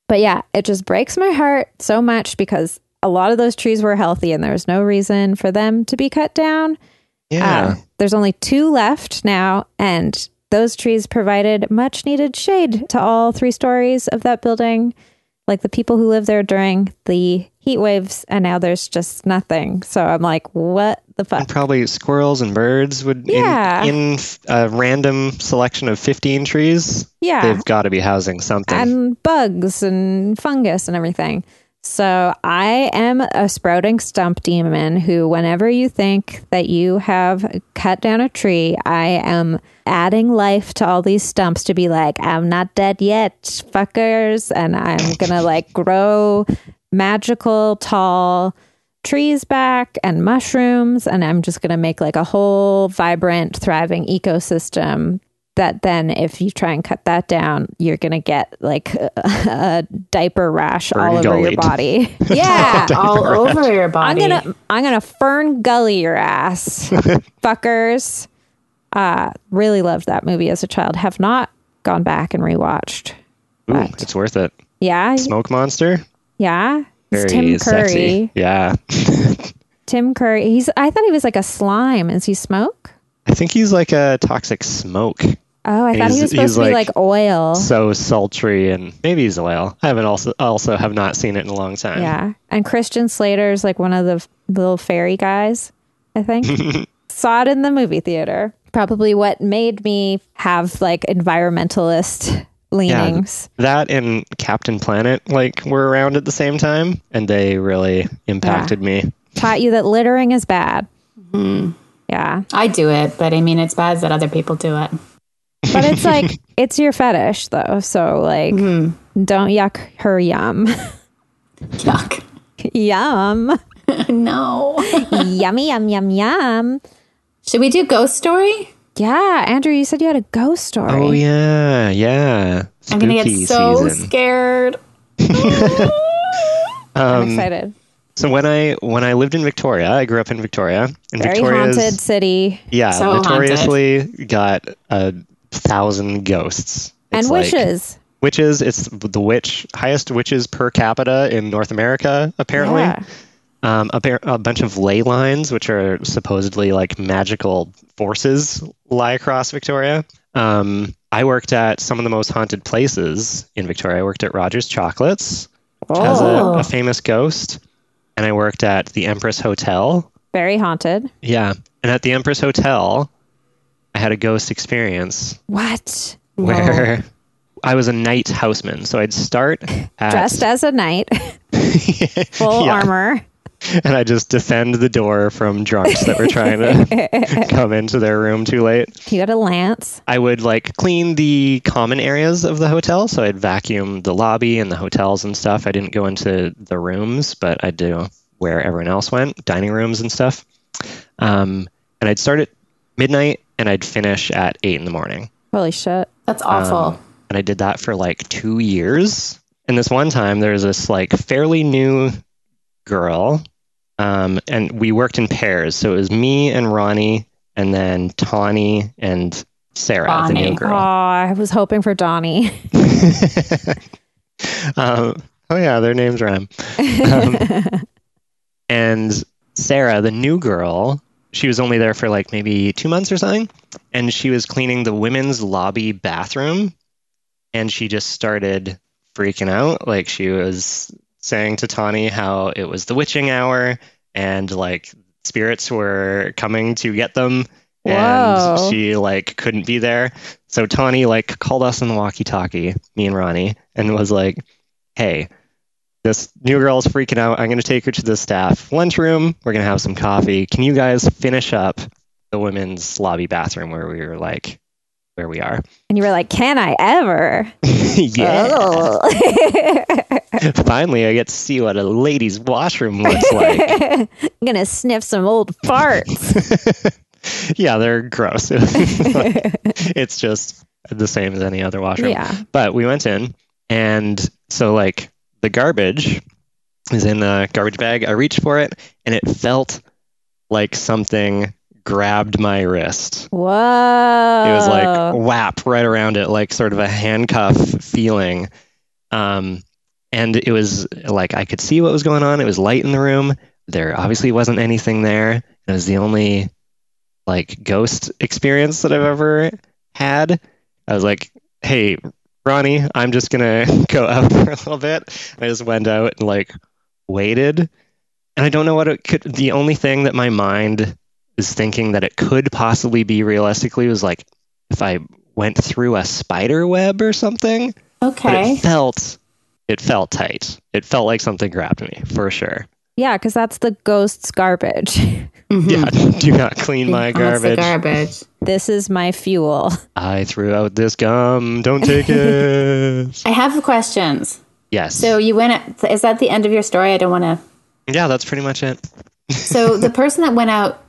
[SPEAKER 1] But yeah, it just breaks my heart so much because a lot of those trees were healthy and there was no reason for them to be cut down.
[SPEAKER 3] Yeah.
[SPEAKER 1] Um, there's only two left now, and those trees provided much needed shade to all three stories of that building, like the people who lived there during the heat waves, and now there's just nothing. So I'm like, what the
[SPEAKER 3] and
[SPEAKER 1] fuck?
[SPEAKER 3] probably squirrels and birds would in-
[SPEAKER 1] Yeah.
[SPEAKER 3] in, a random selection of 15 trees.
[SPEAKER 1] Yeah.
[SPEAKER 3] They've got to be housing something.
[SPEAKER 1] And bugs and fungus and everything. So I am a sprouting stump demon who, whenever you think that you have cut down a tree, I am adding life to all these stumps to be like, I'm not dead yet, fuckers. And I'm gonna like grow magical, tall trees back and mushrooms. And I'm just gonna make like a whole vibrant, thriving ecosystem. That then, if you try and cut that down, you're gonna get like a, diaper rash all over your
[SPEAKER 3] Burn-gullied.
[SPEAKER 1] body. Yeah,
[SPEAKER 2] all over your
[SPEAKER 1] I'm
[SPEAKER 2] body.
[SPEAKER 1] gonna I'm gonna fern gully your ass, fuckers. Uh, really loved that movie as a child. Have not gone back and rewatched.
[SPEAKER 3] Ooh, it's worth it.
[SPEAKER 1] Yeah,
[SPEAKER 3] Smoke monster.
[SPEAKER 1] yeah.
[SPEAKER 3] Very
[SPEAKER 1] It's Tim Curry.
[SPEAKER 3] sexy. Yeah.
[SPEAKER 1] Tim Curry. He's. I thought he was like a slime. Is he smoke?
[SPEAKER 3] I think he's like a toxic smoke.
[SPEAKER 1] Oh, I thought he
[SPEAKER 3] He's-
[SPEAKER 1] was supposed
[SPEAKER 3] he's
[SPEAKER 1] to be
[SPEAKER 3] like-
[SPEAKER 1] like oil.
[SPEAKER 3] So sultry and maybe he's oil. I haven't also also have not seen it in a long time.
[SPEAKER 1] Yeah, and Christian Slater's like one of the f- little fairy guys. I think saw it in the movie theater. Probably what made me have like environmentalist leanings.
[SPEAKER 3] That and Captain Planet like were around at the same time and they really impacted me.
[SPEAKER 1] taught you that littering is bad.
[SPEAKER 3] Mm-hmm.
[SPEAKER 1] Yeah.
[SPEAKER 2] I do it, but I mean, it's bad that other people do it.
[SPEAKER 1] But it's like, it's your fetish though. So, like,
[SPEAKER 3] Mm-hmm.
[SPEAKER 1] don't yuck her yum.
[SPEAKER 2] Yuck.
[SPEAKER 1] yum.
[SPEAKER 2] no.
[SPEAKER 1] Yummy, yum, yum, yum.
[SPEAKER 2] Should we do ghost story?
[SPEAKER 1] Yeah. Andrew, you said you had a ghost story.
[SPEAKER 3] Oh yeah, yeah.
[SPEAKER 2] I'm gonna get
[SPEAKER 3] Spooky
[SPEAKER 2] so
[SPEAKER 3] season.
[SPEAKER 2] scared.
[SPEAKER 1] I'm
[SPEAKER 3] Um,
[SPEAKER 1] excited.
[SPEAKER 3] So when I when I lived in Victoria, I grew up in Victoria. And
[SPEAKER 1] Very
[SPEAKER 3] Victoria's
[SPEAKER 1] haunted city
[SPEAKER 3] yeah,
[SPEAKER 2] So haunted.
[SPEAKER 3] notoriously got a thousand ghosts.
[SPEAKER 1] and
[SPEAKER 3] It's like-
[SPEAKER 1] wishes.
[SPEAKER 3] witches. It's the witch highest witches per capita in North America, apparently.
[SPEAKER 1] Yeah.
[SPEAKER 3] Um, a, pair, a bunch of ley lines, which are supposedly like magical forces, lie across Victoria. Um, I worked at some of the most haunted places in Victoria. I worked at Rogers Chocolates as
[SPEAKER 2] Oh.
[SPEAKER 3] a, a famous ghost, and I worked at the Empress Hotel.
[SPEAKER 1] Very haunted.
[SPEAKER 3] Yeah, and at the Empress Hotel, I had a ghost experience
[SPEAKER 1] What?
[SPEAKER 3] where I was a night houseman. So I'd start at,
[SPEAKER 1] Dressed as a knight, full
[SPEAKER 3] Yeah.
[SPEAKER 1] armor.
[SPEAKER 3] and I just defend the door from drunks that were trying to come into their room too late.
[SPEAKER 1] You got a lance.
[SPEAKER 3] I would like clean the common areas of the hotel. So I'd vacuum the lobby and the hotels and stuff. I didn't go into the rooms, but I'd do where everyone else went, dining rooms and stuff. Um, and I'd start at midnight and I'd finish at eight in the morning.
[SPEAKER 1] Holy shit.
[SPEAKER 2] That's
[SPEAKER 3] Um,
[SPEAKER 2] awful.
[SPEAKER 3] and I did that for like two years. And this one time, there was this like fairly new girl, um, and we worked in pairs. So it was me and Ronnie, and then Tawny and Sarah, the
[SPEAKER 2] Bonnie.
[SPEAKER 3] new
[SPEAKER 1] Oh,
[SPEAKER 3] girl.
[SPEAKER 1] I was hoping for Donnie.
[SPEAKER 3] um, oh yeah, their names rhyme. Um, and Sarah, the new girl, she was only there for like maybe two months or something, and she was cleaning the women's lobby bathroom, and she just started freaking out. Like she was saying to Tawny how it was the witching hour, and like spirits were coming to get them.
[SPEAKER 1] Whoa.
[SPEAKER 3] And she like couldn't be there. So Tawny like called us on the walkie-talkie, me and Ronnie, and was like, "Hey, this new girl's freaking out. I'm going to take her to the staff lunchroom. We're going to have some coffee. Can you guys finish up the women's lobby bathroom where we were like where we are?"
[SPEAKER 1] And you were like, can I ever?
[SPEAKER 3] yeah.
[SPEAKER 1] Oh.
[SPEAKER 3] Finally, I get to see what a ladies' washroom looks like.
[SPEAKER 1] I'm going to sniff some old farts.
[SPEAKER 3] yeah, they're gross. it's just the same as any other washroom.
[SPEAKER 1] Yeah.
[SPEAKER 3] But we went in, and so like the garbage is in the garbage bag. I reached for it, and it felt like something grabbed my wrist.
[SPEAKER 1] Whoa.
[SPEAKER 3] It was
[SPEAKER 1] Oh.
[SPEAKER 3] like whap right around it, like sort of a handcuff feeling. Um, and it was like I could see what was going on. It was light in the room. There obviously wasn't anything there. It was the only like ghost experience that I've ever had. I was like, hey, Ronnie, I'm just gonna go out for a little bit. I just went out and like waited. And I don't know what it could the only thing that my mind is thinking that it could possibly be realistically was like if I went through a spider web or something. But
[SPEAKER 2] Okay.
[SPEAKER 3] it felt it felt tight. It felt like something grabbed me for sure.
[SPEAKER 1] yeah, because that's the ghost's garbage.
[SPEAKER 2] Mhm.
[SPEAKER 3] Yeah, do not clean
[SPEAKER 2] Oh,
[SPEAKER 3] my
[SPEAKER 2] it's the
[SPEAKER 3] garbage.
[SPEAKER 2] garbage.
[SPEAKER 1] this is my fuel.
[SPEAKER 3] I threw out this gum. Don't take it.
[SPEAKER 2] I have questions.
[SPEAKER 3] yes.
[SPEAKER 2] So you went. At, is that the end of your story? I don't want to.
[SPEAKER 3] yeah, that's pretty much it.
[SPEAKER 2] So the person that went out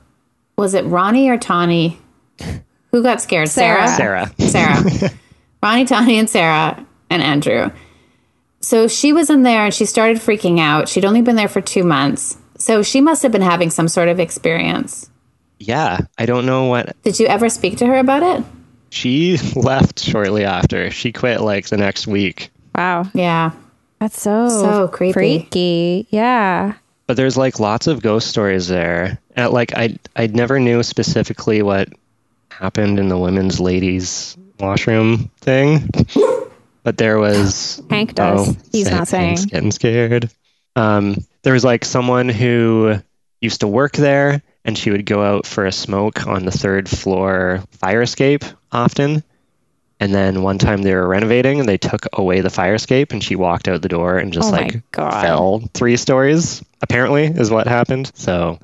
[SPEAKER 2] was it Ronnie or Tawny? Who got scared? Sarah.
[SPEAKER 3] Sarah.
[SPEAKER 2] Sarah. Ronnie, Tawny, and Sarah and Andrew. So she was in there and she started freaking out. She'd only been there for two months. So she must have been having some sort of experience.
[SPEAKER 3] Yeah, I don't know what
[SPEAKER 2] Did you ever speak to her about it?
[SPEAKER 3] she left shortly after. She quit like the next week.
[SPEAKER 1] Wow.
[SPEAKER 2] Yeah.
[SPEAKER 1] That's so,
[SPEAKER 2] So creepy.
[SPEAKER 1] freaky. Yeah.
[SPEAKER 3] But there's like lots of ghost stories there. And, like I I never knew specifically what happened in the women's ladies washroom thing. But there was
[SPEAKER 1] Hank does. He's
[SPEAKER 3] Sa-
[SPEAKER 1] not saying.
[SPEAKER 3] Hank's getting scared. Um, there was like someone who used to work there, and she would go out for a smoke on the third floor fire escape often. And then one time they were renovating, and they took away the fire escape, and she walked out the door and just
[SPEAKER 1] Oh my
[SPEAKER 3] like
[SPEAKER 1] God.
[SPEAKER 3] fell three stories. Apparently, is what happened. So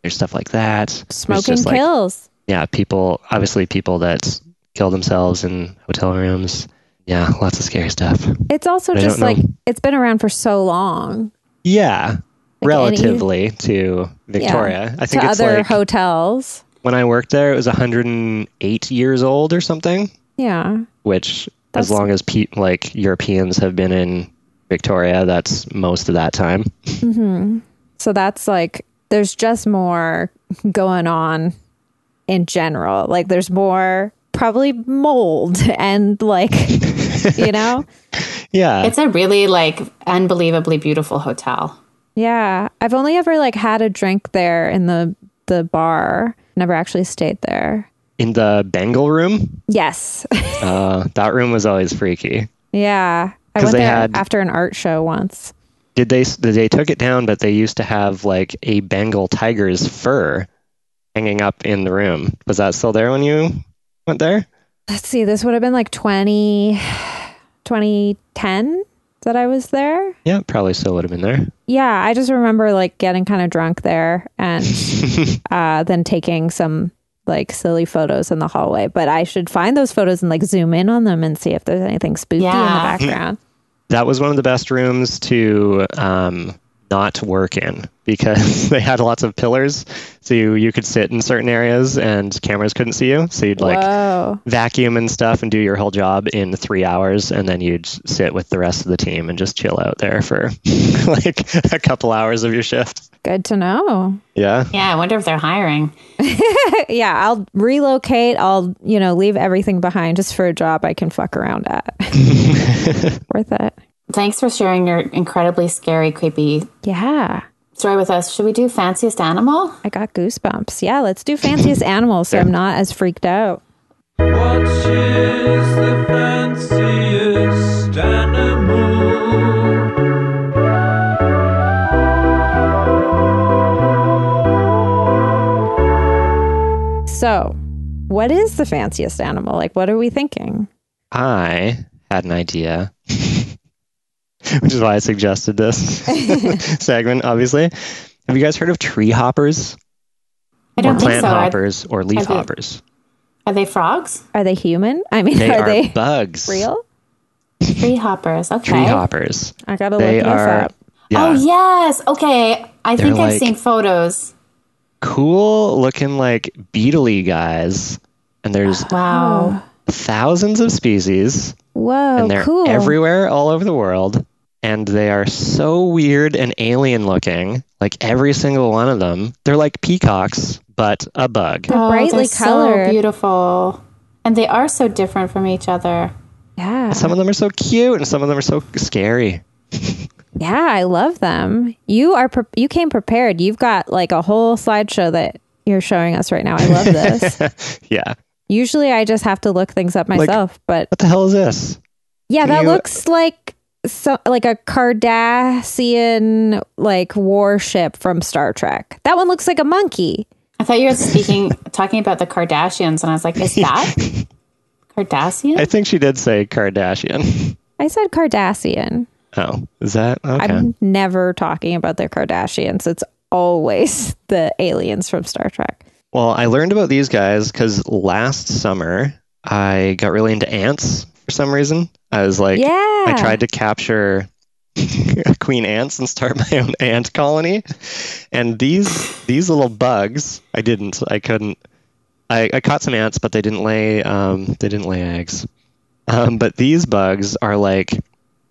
[SPEAKER 3] there's stuff like that. There's
[SPEAKER 1] Smoking
[SPEAKER 3] just, like,
[SPEAKER 1] kills.
[SPEAKER 3] yeah, people obviously people that kill themselves in hotel rooms. Yeah, lots of scary stuff.
[SPEAKER 1] It's also
[SPEAKER 3] I
[SPEAKER 1] just
[SPEAKER 3] don't know.
[SPEAKER 1] like it's been around for so long.
[SPEAKER 3] Yeah, relatively to
[SPEAKER 1] Yeah.
[SPEAKER 3] Victoria. I think
[SPEAKER 1] to
[SPEAKER 3] it's
[SPEAKER 1] other
[SPEAKER 3] like
[SPEAKER 1] hotels.
[SPEAKER 3] when I worked there, it was 108 years old or something.
[SPEAKER 1] Yeah.
[SPEAKER 3] Which,
[SPEAKER 1] That's-
[SPEAKER 3] as long as pe- like Europeans have been in Victoria, that's most of that time.
[SPEAKER 1] So that's like there's just more going on in general. Like there's more probably mold and like you know?
[SPEAKER 3] Yeah,
[SPEAKER 2] It's a really like unbelievably beautiful hotel.
[SPEAKER 1] Yeah. I've only ever like had a drink there in the the bar. Never actually stayed there.
[SPEAKER 3] in the Bengal room,
[SPEAKER 1] Yes.
[SPEAKER 3] uh, that room was always freaky.
[SPEAKER 1] yeah. I
[SPEAKER 3] 'Cause
[SPEAKER 1] went
[SPEAKER 3] they
[SPEAKER 1] there
[SPEAKER 3] had-
[SPEAKER 1] after an art show once.
[SPEAKER 3] Did they? They took it down, but they used to have like a Bengal tiger's fur hanging up in the room. Was that still there when you went there?
[SPEAKER 1] Let's see. This would have been like 20 2010 that I was there.
[SPEAKER 3] Yeah, probably still would have been there.
[SPEAKER 1] Yeah, I just remember like getting kind of drunk there and uh, then taking some like silly photos in the hallway. But I should find those photos and like zoom in on them and see if there's anything spooky
[SPEAKER 2] Yeah.
[SPEAKER 1] in the background.
[SPEAKER 3] that was one of the best rooms to um, not work in because they had lots of pillars, so you, you could sit in certain areas and cameras couldn't see you. So you'd like
[SPEAKER 1] Whoa.
[SPEAKER 3] vacuum and stuff and do your whole job in three hours, and then you'd s- sit with the rest of the team and just chill out there for like a couple hours of your shift.
[SPEAKER 1] Good to know.
[SPEAKER 3] Yeah,
[SPEAKER 2] Yeah, I wonder if they're hiring.
[SPEAKER 1] Yeah, I'll relocate. I'll, you know, leave everything behind just for a job I can fuck around at. Worth it.
[SPEAKER 2] Thanks for sharing your incredibly scary, creepy
[SPEAKER 1] Yeah.
[SPEAKER 2] story with us. Should we do fanciest animal?
[SPEAKER 1] I got goosebumps. Yeah, let's do fanciest animals so I'm not as freaked out.
[SPEAKER 4] What is the fanciest animal?
[SPEAKER 1] So, what is the fanciest animal? Like, what are we thinking?
[SPEAKER 3] I had an idea, which is why I suggested this segment. Obviously, have you guys heard of tree hoppers?
[SPEAKER 2] I don't think
[SPEAKER 3] plant
[SPEAKER 2] so. Are,
[SPEAKER 3] hoppers or leaf
[SPEAKER 2] I've heard-
[SPEAKER 3] hoppers.
[SPEAKER 2] are they frogs?
[SPEAKER 1] Are they human? I mean,
[SPEAKER 3] They
[SPEAKER 1] are,
[SPEAKER 3] are,
[SPEAKER 1] they
[SPEAKER 3] bugs.
[SPEAKER 1] real?
[SPEAKER 2] Tree hoppers. Okay.
[SPEAKER 3] Tree hoppers.
[SPEAKER 1] I gotta
[SPEAKER 3] They
[SPEAKER 1] look this
[SPEAKER 3] are.
[SPEAKER 1] up.
[SPEAKER 3] Yeah.
[SPEAKER 2] Oh yes. Okay. I
[SPEAKER 3] They're
[SPEAKER 2] think I've
[SPEAKER 3] like-
[SPEAKER 2] seen photos.
[SPEAKER 3] cool looking like beetly guys, and there's
[SPEAKER 2] Wow.
[SPEAKER 3] thousands of species,
[SPEAKER 1] Whoa,
[SPEAKER 3] and they're
[SPEAKER 1] Oh, cool.
[SPEAKER 3] everywhere all over the world, and they are so weird and alien looking. Like every single one of them, they're like peacocks, but a bug.
[SPEAKER 2] Oh,
[SPEAKER 1] Oh, They're brightly
[SPEAKER 2] so
[SPEAKER 1] colored.
[SPEAKER 2] beautiful. And they are so different from each other.
[SPEAKER 1] yeah.
[SPEAKER 3] Some of them are so cute, and some of them are so scary.
[SPEAKER 1] Yeah, I love them. You are pre- you came prepared. You've got like a whole slideshow that you're showing us right now. I love this.
[SPEAKER 3] Yeah.
[SPEAKER 1] Usually I just have to look things up myself, but
[SPEAKER 3] What the hell is this?
[SPEAKER 1] yeah,
[SPEAKER 3] can
[SPEAKER 1] that
[SPEAKER 3] you-
[SPEAKER 1] looks like so like a Cardassian like warship from Star Trek. That one looks like a monkey.
[SPEAKER 2] I thought you were speaking, talking about the Kardashians, and I was like, is that Kardashian?
[SPEAKER 3] I think she did say Kardashian.
[SPEAKER 1] I said Cardassian.
[SPEAKER 3] Oh, is that okay?
[SPEAKER 1] I'm never talking about the Kardashians. It's always the aliens from Star Trek.
[SPEAKER 3] Well, I learned about these guys because last summer I got really into ants for some reason. I was like,
[SPEAKER 1] yeah.
[SPEAKER 3] I tried to capture queen ants and start my own ant colony. And these these little bugs, I didn't, I couldn't. I, I caught some ants, but they didn't lay um, they didn't lay eggs. Um, but these bugs are like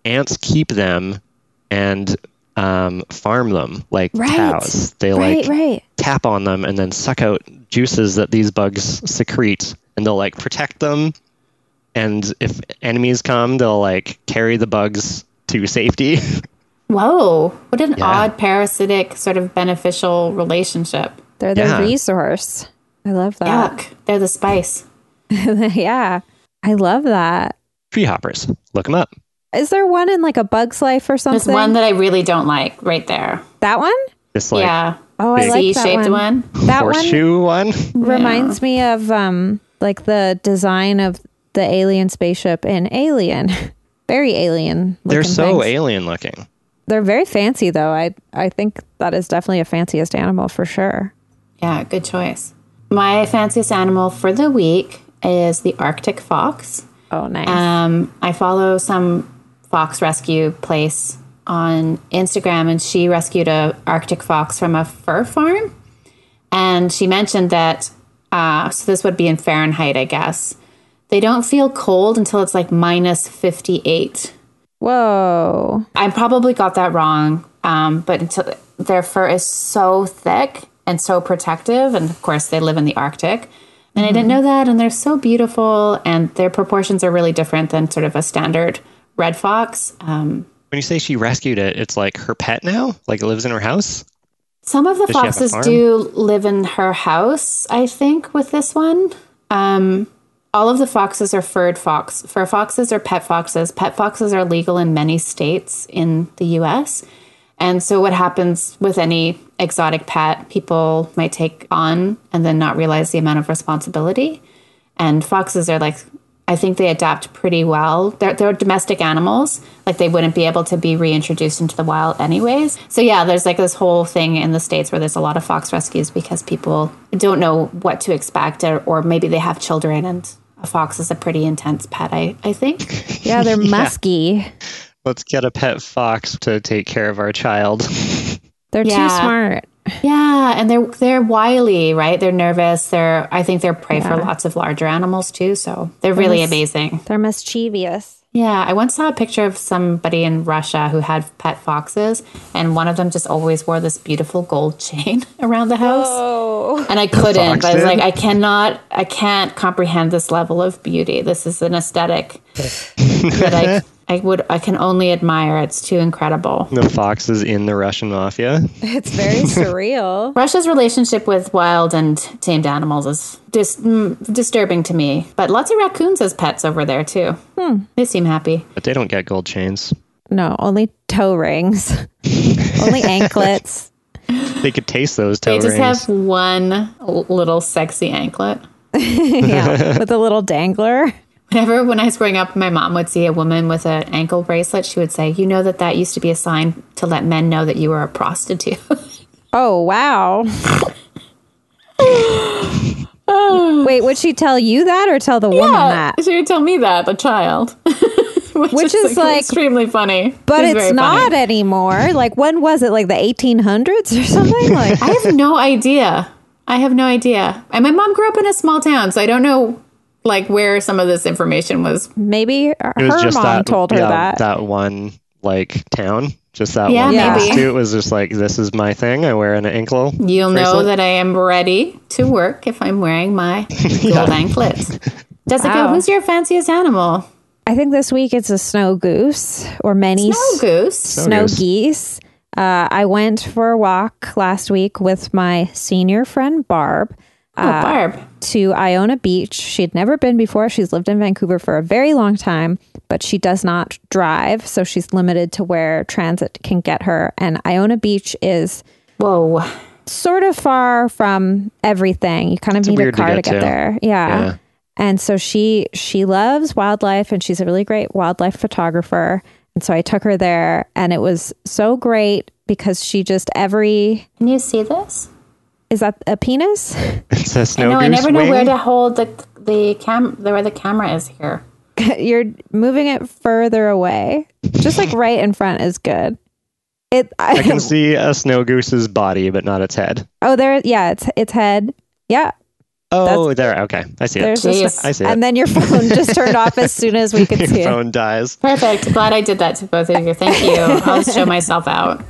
[SPEAKER 3] ants keep them and um, farm them like
[SPEAKER 1] Right.
[SPEAKER 3] cows. They
[SPEAKER 1] right,
[SPEAKER 3] like
[SPEAKER 1] right.
[SPEAKER 3] tap on them and then suck out juices that these bugs secrete and they'll like protect them and if enemies come they'll like carry the bugs to safety
[SPEAKER 2] Whoa. What an odd parasitic sort of beneficial relationship.
[SPEAKER 1] They're the
[SPEAKER 3] Yeah.
[SPEAKER 1] resource. I love that.
[SPEAKER 2] Yuck. They're the spice.
[SPEAKER 1] Yeah. I love that.
[SPEAKER 3] tree hoppers look them up
[SPEAKER 1] Is there one in like a bug's life or
[SPEAKER 2] There's
[SPEAKER 1] something?
[SPEAKER 2] one that I really don't like right there.
[SPEAKER 1] that one?
[SPEAKER 3] this like
[SPEAKER 2] yeah.
[SPEAKER 1] Oh, I like that
[SPEAKER 2] C-shaped
[SPEAKER 1] one.
[SPEAKER 2] one.
[SPEAKER 1] That one
[SPEAKER 3] horseshoe one,
[SPEAKER 1] reminds me of um like the design of the alien spaceship in Alien. very alien.
[SPEAKER 3] they're
[SPEAKER 1] looking
[SPEAKER 3] so
[SPEAKER 1] things.
[SPEAKER 3] alien looking
[SPEAKER 1] They're very fancy though. I I think that is definitely a fanciest animal for sure.
[SPEAKER 2] Yeah, good choice. My fanciest animal for the week is the Arctic fox.
[SPEAKER 1] Oh, nice.
[SPEAKER 2] Um, I follow some fox rescue place on Instagram, and she rescued a Arctic fox from a fur farm. And she mentioned that uh, so this would be in Fahrenheit, I guess. They don't feel cold until it's like minus fifty eight.
[SPEAKER 1] Whoa.
[SPEAKER 2] I probably got that wrong, um, but until, their fur is so thick and so protective, and of course they live in the Arctic. And I didn't know that, and they're so beautiful, and their proportions are really different than sort of a standard red fox. Um,
[SPEAKER 3] when you say she rescued it it's like her pet now like it lives in her house
[SPEAKER 2] some of the
[SPEAKER 3] she have a
[SPEAKER 2] foxes
[SPEAKER 3] farm?
[SPEAKER 2] do live in her house, I think, with this one. Um, all of the foxes are furred fox. Fur foxes are pet foxes. Pet foxes are legal in many states in the US. And so, what happens with any exotic pet, people might take on and then not realize the amount of responsibility. And foxes are like, I think they adapt pretty well. They're, they're domestic animals. Like, they wouldn't be able to be reintroduced into the wild, anyways. So, yeah, there's like this whole thing in the States where there's a lot of fox rescues because people don't know what to expect, or, or maybe they have children and a fox is a pretty intense pet, I, I think.
[SPEAKER 1] Yeah, they're musky.
[SPEAKER 3] let's get a pet fox to take care of our child
[SPEAKER 1] They're too
[SPEAKER 2] Yeah.
[SPEAKER 1] smart.
[SPEAKER 2] Yeah, and they're they're wily, right? They're nervous. They're I think they're prey for lots of larger animals too. So they're really amazing.
[SPEAKER 1] They're mischievous.
[SPEAKER 2] Yeah, I once saw a picture of somebody in Russia who had pet foxes, and one of them just always wore this beautiful gold chain around the house.
[SPEAKER 1] Oh.
[SPEAKER 2] And I couldn't.
[SPEAKER 3] fox
[SPEAKER 2] I was
[SPEAKER 3] did?
[SPEAKER 2] like, I cannot, I can't comprehend this level of beauty. This is an aesthetic that I, I would, I can only admire. It's too incredible.
[SPEAKER 3] the fox is in the russian mafia
[SPEAKER 1] It's very surreal.
[SPEAKER 2] Russia's relationship with wild and tamed animals is dis- mm, disturbing to me, but lots of raccoons as pets over there too. They seem happy.
[SPEAKER 3] but they don't get gold chains
[SPEAKER 1] No, only toe rings. only anklets.
[SPEAKER 3] they could taste those toe
[SPEAKER 2] They just
[SPEAKER 3] rings
[SPEAKER 2] have one l- little sexy anklet.
[SPEAKER 1] yeah. With a little dangler.
[SPEAKER 2] Whenever, when I was growing up, my mom would see a woman with an ankle bracelet. She would say, "You know that that used to be a sign to let men know that you were a prostitute."
[SPEAKER 1] Oh wow. Wait, would she tell you that or tell the woman that?
[SPEAKER 2] she would tell me that, the child, which,
[SPEAKER 1] Which is, like-
[SPEAKER 2] extremely funny.
[SPEAKER 1] But it's,
[SPEAKER 2] very
[SPEAKER 1] not
[SPEAKER 2] funny.
[SPEAKER 1] anymore. Like when was it? Like the 1800s or something? Like
[SPEAKER 2] I have no idea. I have no idea. And my mom grew up in a small town, so I don't know like where some of this information was.
[SPEAKER 1] Maybe
[SPEAKER 3] It was
[SPEAKER 1] her mom
[SPEAKER 3] just that,
[SPEAKER 1] told her
[SPEAKER 3] yeah,
[SPEAKER 1] that.
[SPEAKER 3] one like town, just that
[SPEAKER 2] Yeah,
[SPEAKER 3] one.
[SPEAKER 1] Yeah.
[SPEAKER 2] maybe.
[SPEAKER 3] It was just like this is my thing. I wear an ankle.
[SPEAKER 2] You'll know
[SPEAKER 3] Bracelet?
[SPEAKER 2] that I am ready to work if I'm wearing my gold anklets. Does it
[SPEAKER 1] Wow.
[SPEAKER 2] go? Who's your fanciest animal?
[SPEAKER 1] I think this week it's a snow goose or many
[SPEAKER 2] No Oh, goose.
[SPEAKER 1] snow
[SPEAKER 3] goose.
[SPEAKER 1] geese. Uh, I went for a walk last week with my senior friend Barb
[SPEAKER 2] Oh, Barb.
[SPEAKER 1] to Iona Beach. She'd never been before. She's lived in Vancouver for a very long time, but she does not drive, so she's limited to where transit can get her. And Iona Beach is
[SPEAKER 2] Whoa.
[SPEAKER 1] sort of far from everything. You kind of need a
[SPEAKER 3] weird to
[SPEAKER 1] car to get,
[SPEAKER 3] get to.
[SPEAKER 1] there. Yeah.
[SPEAKER 3] Yeah.
[SPEAKER 1] And so she she loves wildlife and she's a really great wildlife photographer. And so I took her there and it was so great because she just every
[SPEAKER 2] Can you see this?
[SPEAKER 1] is that a penis?
[SPEAKER 3] It's a snow
[SPEAKER 2] No, I
[SPEAKER 3] goose
[SPEAKER 2] never know
[SPEAKER 3] wing.
[SPEAKER 2] where to hold the the cam where the camera is here.
[SPEAKER 1] You're moving it further away. Just like right in front is good. It I,
[SPEAKER 3] I can see a snow goose's body, but not its head.
[SPEAKER 1] Oh there yeah, it's its head. Yeah.
[SPEAKER 3] Oh, there. Okay, I see
[SPEAKER 1] There's
[SPEAKER 3] it.
[SPEAKER 1] this
[SPEAKER 2] Jeez.
[SPEAKER 3] I see it.
[SPEAKER 1] and then your phone just turned off as soon as we could see
[SPEAKER 3] Your
[SPEAKER 1] it.
[SPEAKER 3] phone dies.
[SPEAKER 2] Perfect. Glad I did that to both of you. Thank you. I'll show myself out.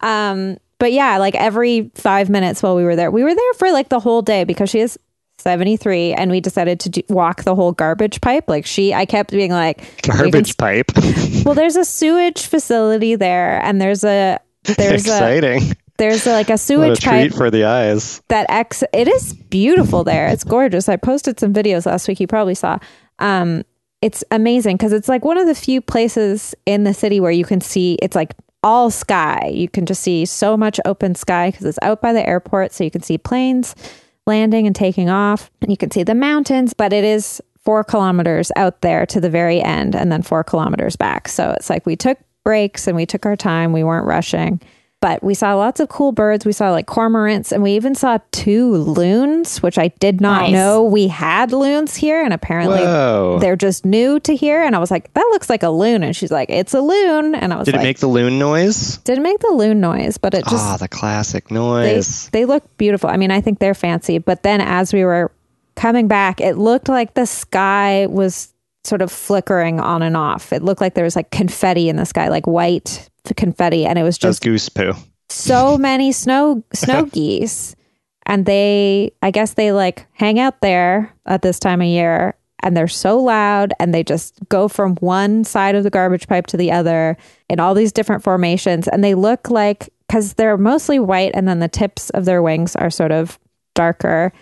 [SPEAKER 1] Um, but yeah, like every five minutes while we were there, we were there for like the whole day because she is 73 and we decided to do, walk the whole garbage pipe. Like she, I kept being like, we can-
[SPEAKER 3] Garbage pipe.
[SPEAKER 1] well, there's a sewage facility there and there's a, there's a,
[SPEAKER 3] Exciting.
[SPEAKER 1] there's a, like a
[SPEAKER 3] what a
[SPEAKER 1] sewage pipe
[SPEAKER 3] treat for the eyes.
[SPEAKER 1] that ex it is beautiful there it's gorgeous i posted some videos last week you probably saw um it's amazing because it's like one of the few places in the city where you can see it's like all sky you can just see so much open sky because it's out by the airport so you can see planes landing and taking off and you can see the mountains but it is four kilometers out there to the very end and then four kilometers back so it's like we took breaks and we took our time we weren't rushing but we saw lots of cool birds. We saw like cormorants and we even saw two loons, which I did not
[SPEAKER 2] Nice.
[SPEAKER 1] know we had loons here. And apparently
[SPEAKER 3] Whoa.
[SPEAKER 1] they're just new to here. And I was like, that looks like a loon. And she's like, it's a loon. And I was
[SPEAKER 3] Did
[SPEAKER 1] like,
[SPEAKER 3] it make the loon noise?
[SPEAKER 1] didn't make the loon noise, but it just,
[SPEAKER 3] Ah, the classic
[SPEAKER 1] they,
[SPEAKER 3] noise.
[SPEAKER 1] they look beautiful. I mean, I think they're fancy. But then as we were coming back, it looked like the sky was sort of flickering on and off. It looked like there was like confetti in the sky, like white confetti. And it was
[SPEAKER 3] Does
[SPEAKER 1] just
[SPEAKER 3] goose poo.
[SPEAKER 1] so many snow snow geese and they i guess they like hang out there at this time of year and they're so loud and they just go from one side of the garbage pipe to the other in all these different formations and they look like because they're mostly white and then the tips of their wings are sort of darker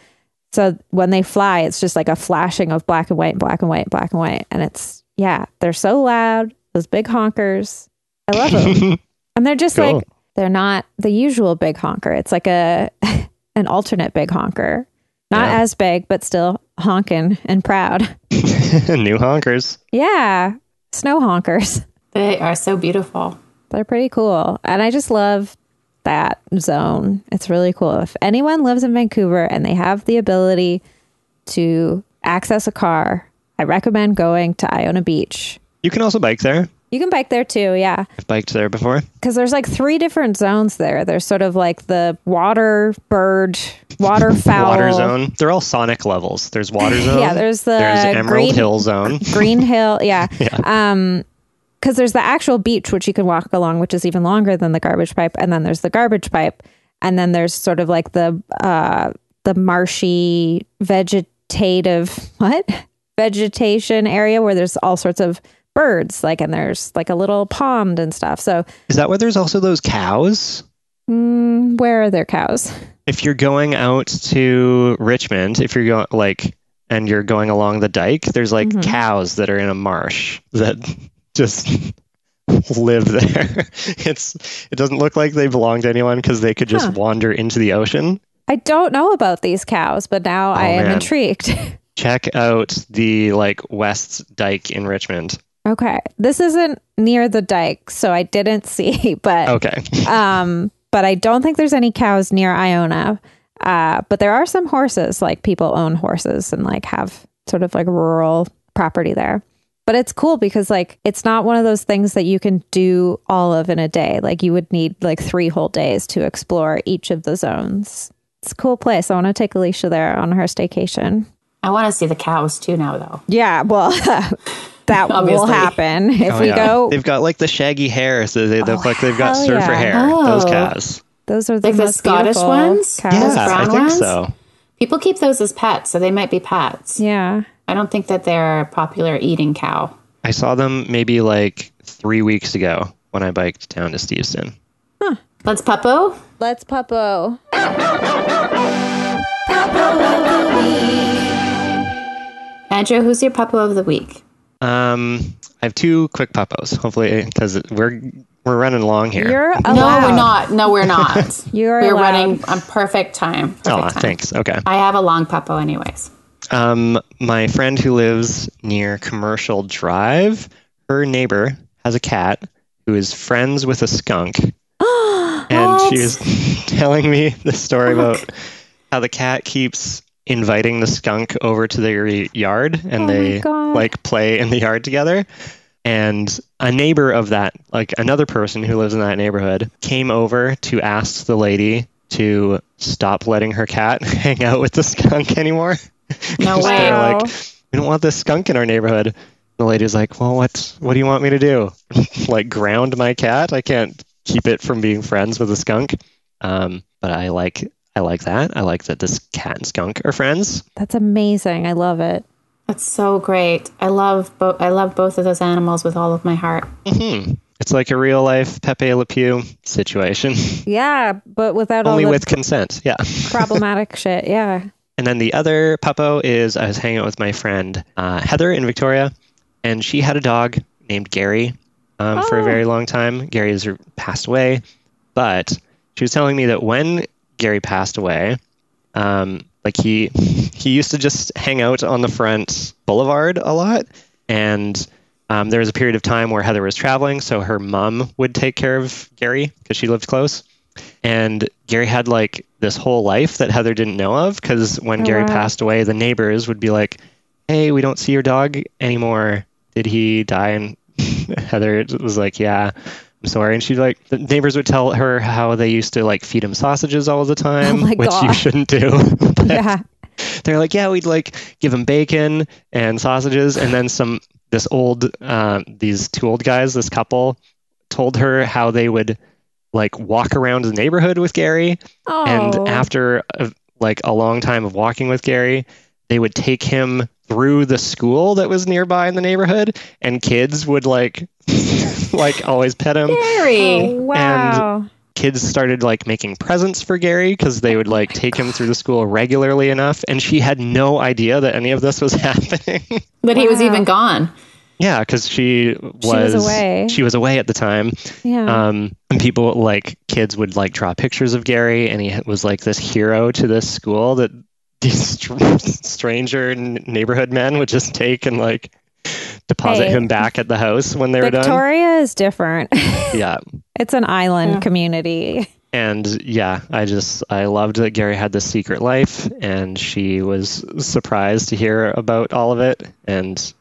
[SPEAKER 1] so when they fly it's just like a flashing of black and white black and white black and white and it's yeah they're so loud those big honkers i love them and they're just
[SPEAKER 3] Cool.
[SPEAKER 1] like they're not the usual big honker. It's like a an alternate big honker. Not
[SPEAKER 3] Yeah.
[SPEAKER 1] as big, but still honking and proud.
[SPEAKER 3] New honkers.
[SPEAKER 1] Yeah. Snow honkers.
[SPEAKER 2] They are so beautiful.
[SPEAKER 1] They're pretty cool. And I just love that zone. It's really cool. If anyone lives in Vancouver and they have the ability to access a car, I recommend going to Iona Beach.
[SPEAKER 3] You can also bike there.
[SPEAKER 1] You can bike there too, yeah.
[SPEAKER 3] I've biked there before.
[SPEAKER 1] because there's like three different zones there. There's sort of like the water bird, waterfowl,
[SPEAKER 3] Water zone. They're all sonic levels. There's water zone.
[SPEAKER 1] Yeah, there's the
[SPEAKER 3] there's Emerald
[SPEAKER 1] green-
[SPEAKER 3] Hill zone.
[SPEAKER 1] Green Hill, yeah. Um, because there's the actual beach which you can walk along, which is even longer than the garbage pipe, and then there's the garbage pipe, and then there's sort of like the uh the marshy vegetative what vegetation area where there's all sorts of birds like and there's like a little pond and stuff so
[SPEAKER 3] Is that where there's also those cows?
[SPEAKER 1] mm, where are their cows
[SPEAKER 3] If you're going out to Richmond, if you're going like and you're going along the dike, there's like
[SPEAKER 1] Mm-hmm.
[SPEAKER 3] cows that are in a marsh that just live there. It's it doesn't look like they belong to anyone because they could just
[SPEAKER 1] Huh.
[SPEAKER 3] wander into the ocean.
[SPEAKER 1] I don't know about these cows, but now I am
[SPEAKER 3] man.
[SPEAKER 1] intrigued.
[SPEAKER 3] Check out the like West Dyke in Richmond.
[SPEAKER 1] okay. This isn't near the dike, so I didn't see, but
[SPEAKER 3] Okay.
[SPEAKER 1] um but I don't think there's any cows near Iona. Uh but there are some horses, like people own horses and like have sort of like rural property there. But it's cool because like it's not one of those things that you can do all of in a day. Like you would need like 3 whole days to explore each of the zones. It's a cool place. I want to take Alicia there on her staycation.
[SPEAKER 2] I want to see the cows too now, though.
[SPEAKER 1] Yeah, well, that will
[SPEAKER 2] Obviously.
[SPEAKER 1] happen if
[SPEAKER 3] Oh,
[SPEAKER 1] we
[SPEAKER 3] yeah.
[SPEAKER 1] go. Oh,
[SPEAKER 3] They've got like the shaggy hair, so they look like they've got
[SPEAKER 1] hell
[SPEAKER 3] surfer
[SPEAKER 1] yeah.
[SPEAKER 3] hair. Those
[SPEAKER 2] Oh.
[SPEAKER 3] cows.
[SPEAKER 1] Those are the,
[SPEAKER 2] Like the
[SPEAKER 1] most
[SPEAKER 2] Scottish
[SPEAKER 1] beautiful
[SPEAKER 2] ones?
[SPEAKER 1] cows.
[SPEAKER 2] Those
[SPEAKER 3] yeah, I
[SPEAKER 2] brown
[SPEAKER 3] think
[SPEAKER 2] ones?
[SPEAKER 3] so.
[SPEAKER 2] People keep those as pets, so they might be pets.
[SPEAKER 1] Yeah.
[SPEAKER 2] I don't think that they're a popular eating cow.
[SPEAKER 3] I saw them maybe like three weeks ago when I biked down to Steveston.
[SPEAKER 2] Let's puppo.
[SPEAKER 1] Let's puppo.
[SPEAKER 2] Andrew, who's your puppo of the week?
[SPEAKER 3] Um, I have two quick puppos, hopefully, because we're we're running along here.
[SPEAKER 1] You're allowed.
[SPEAKER 2] No, we're not. No, we're not.
[SPEAKER 1] You're
[SPEAKER 2] we're
[SPEAKER 1] allowed.
[SPEAKER 2] running on perfect time. Perfect
[SPEAKER 3] Aw,
[SPEAKER 2] time.
[SPEAKER 3] Oh, thanks. Okay.
[SPEAKER 2] I have a long puppo, anyways.
[SPEAKER 3] Um, my friend who lives near Commercial Drive, her neighbor has a cat who is friends with a skunk. and she was telling me the story about how the cat keeps inviting the skunk over to their y- yard and they
[SPEAKER 1] God.
[SPEAKER 3] like play in the yard together. And a neighbor of that, like another person who lives in that neighborhood, came over to ask the lady to stop letting her cat hang out with the skunk anymore.
[SPEAKER 2] No
[SPEAKER 3] Just
[SPEAKER 2] way.
[SPEAKER 3] kinda
[SPEAKER 1] Wow.
[SPEAKER 3] like, we don't want this skunk in our neighborhood. The lady's like, well, what? What do you want me to do? like ground my cat? I can't keep it from being friends with a skunk. Um, but I like, I like that. I like that this cat and skunk are friends.
[SPEAKER 1] That's amazing. I love it.
[SPEAKER 2] That's so great. I love bo- I love both of those animals with all of my heart.
[SPEAKER 3] It's like a real life Pepe Le Pew situation,
[SPEAKER 1] Yeah, but without
[SPEAKER 3] only
[SPEAKER 1] all the
[SPEAKER 3] with consent. Yeah.
[SPEAKER 1] problematic shit. Yeah.
[SPEAKER 3] And then the other puppo is I was hanging out with my friend uh, Heather in Victoria, and she had a dog named Gary um, for a very long time. Gary has passed away, but she was telling me that when Gary passed away, um, like he he used to just hang out on the front boulevard a lot, and um, there was a period of time where Heather was traveling, so her mom would take care of Gary because she lived close and Gary had like this whole life that Heather didn't know of because when Gary
[SPEAKER 1] Oh, wow.
[SPEAKER 3] passed away, the neighbors would be like, "Hey, we don't see your dog anymore. Did he die?" And Heather was like, "Yeah, I'm sorry." And she like the neighbors would tell her how they used to like feed him sausages all the time,
[SPEAKER 1] Oh my
[SPEAKER 3] which you
[SPEAKER 1] God.
[SPEAKER 3] shouldn't do. But
[SPEAKER 1] Yeah.
[SPEAKER 3] they're like, yeah, we'd like give him bacon and sausages, and then some. This old, uh, these two old guys, this couple, told her how they would like walk around the neighborhood with Gary,
[SPEAKER 1] Oh.
[SPEAKER 3] and after uh, like a long time of walking with Gary, they would take him through the school that was nearby in the neighborhood, and kids would like, like always pet him
[SPEAKER 1] Oh,
[SPEAKER 2] Gary.
[SPEAKER 1] wow.
[SPEAKER 3] kids started like making presents for Gary because they would like take him through the school regularly enough, and she had no idea that any of this was happening.
[SPEAKER 2] But he was
[SPEAKER 1] Wow.
[SPEAKER 2] even gone.
[SPEAKER 3] yeah, because she
[SPEAKER 1] was
[SPEAKER 3] was
[SPEAKER 1] away. Uh-huh.
[SPEAKER 3] She was away at the time.
[SPEAKER 1] yeah.
[SPEAKER 3] Um, and people like kids would like draw pictures of Gary, and he was like this hero to this school that these str- stranger n- neighborhood men would just take and like deposit
[SPEAKER 1] Hey.
[SPEAKER 3] him back at the house when they were done.
[SPEAKER 1] Victoria is different.
[SPEAKER 3] Yeah.
[SPEAKER 1] it's an island community.
[SPEAKER 3] and yeah i just i loved that gary had this secret life and she was surprised to hear about all of it and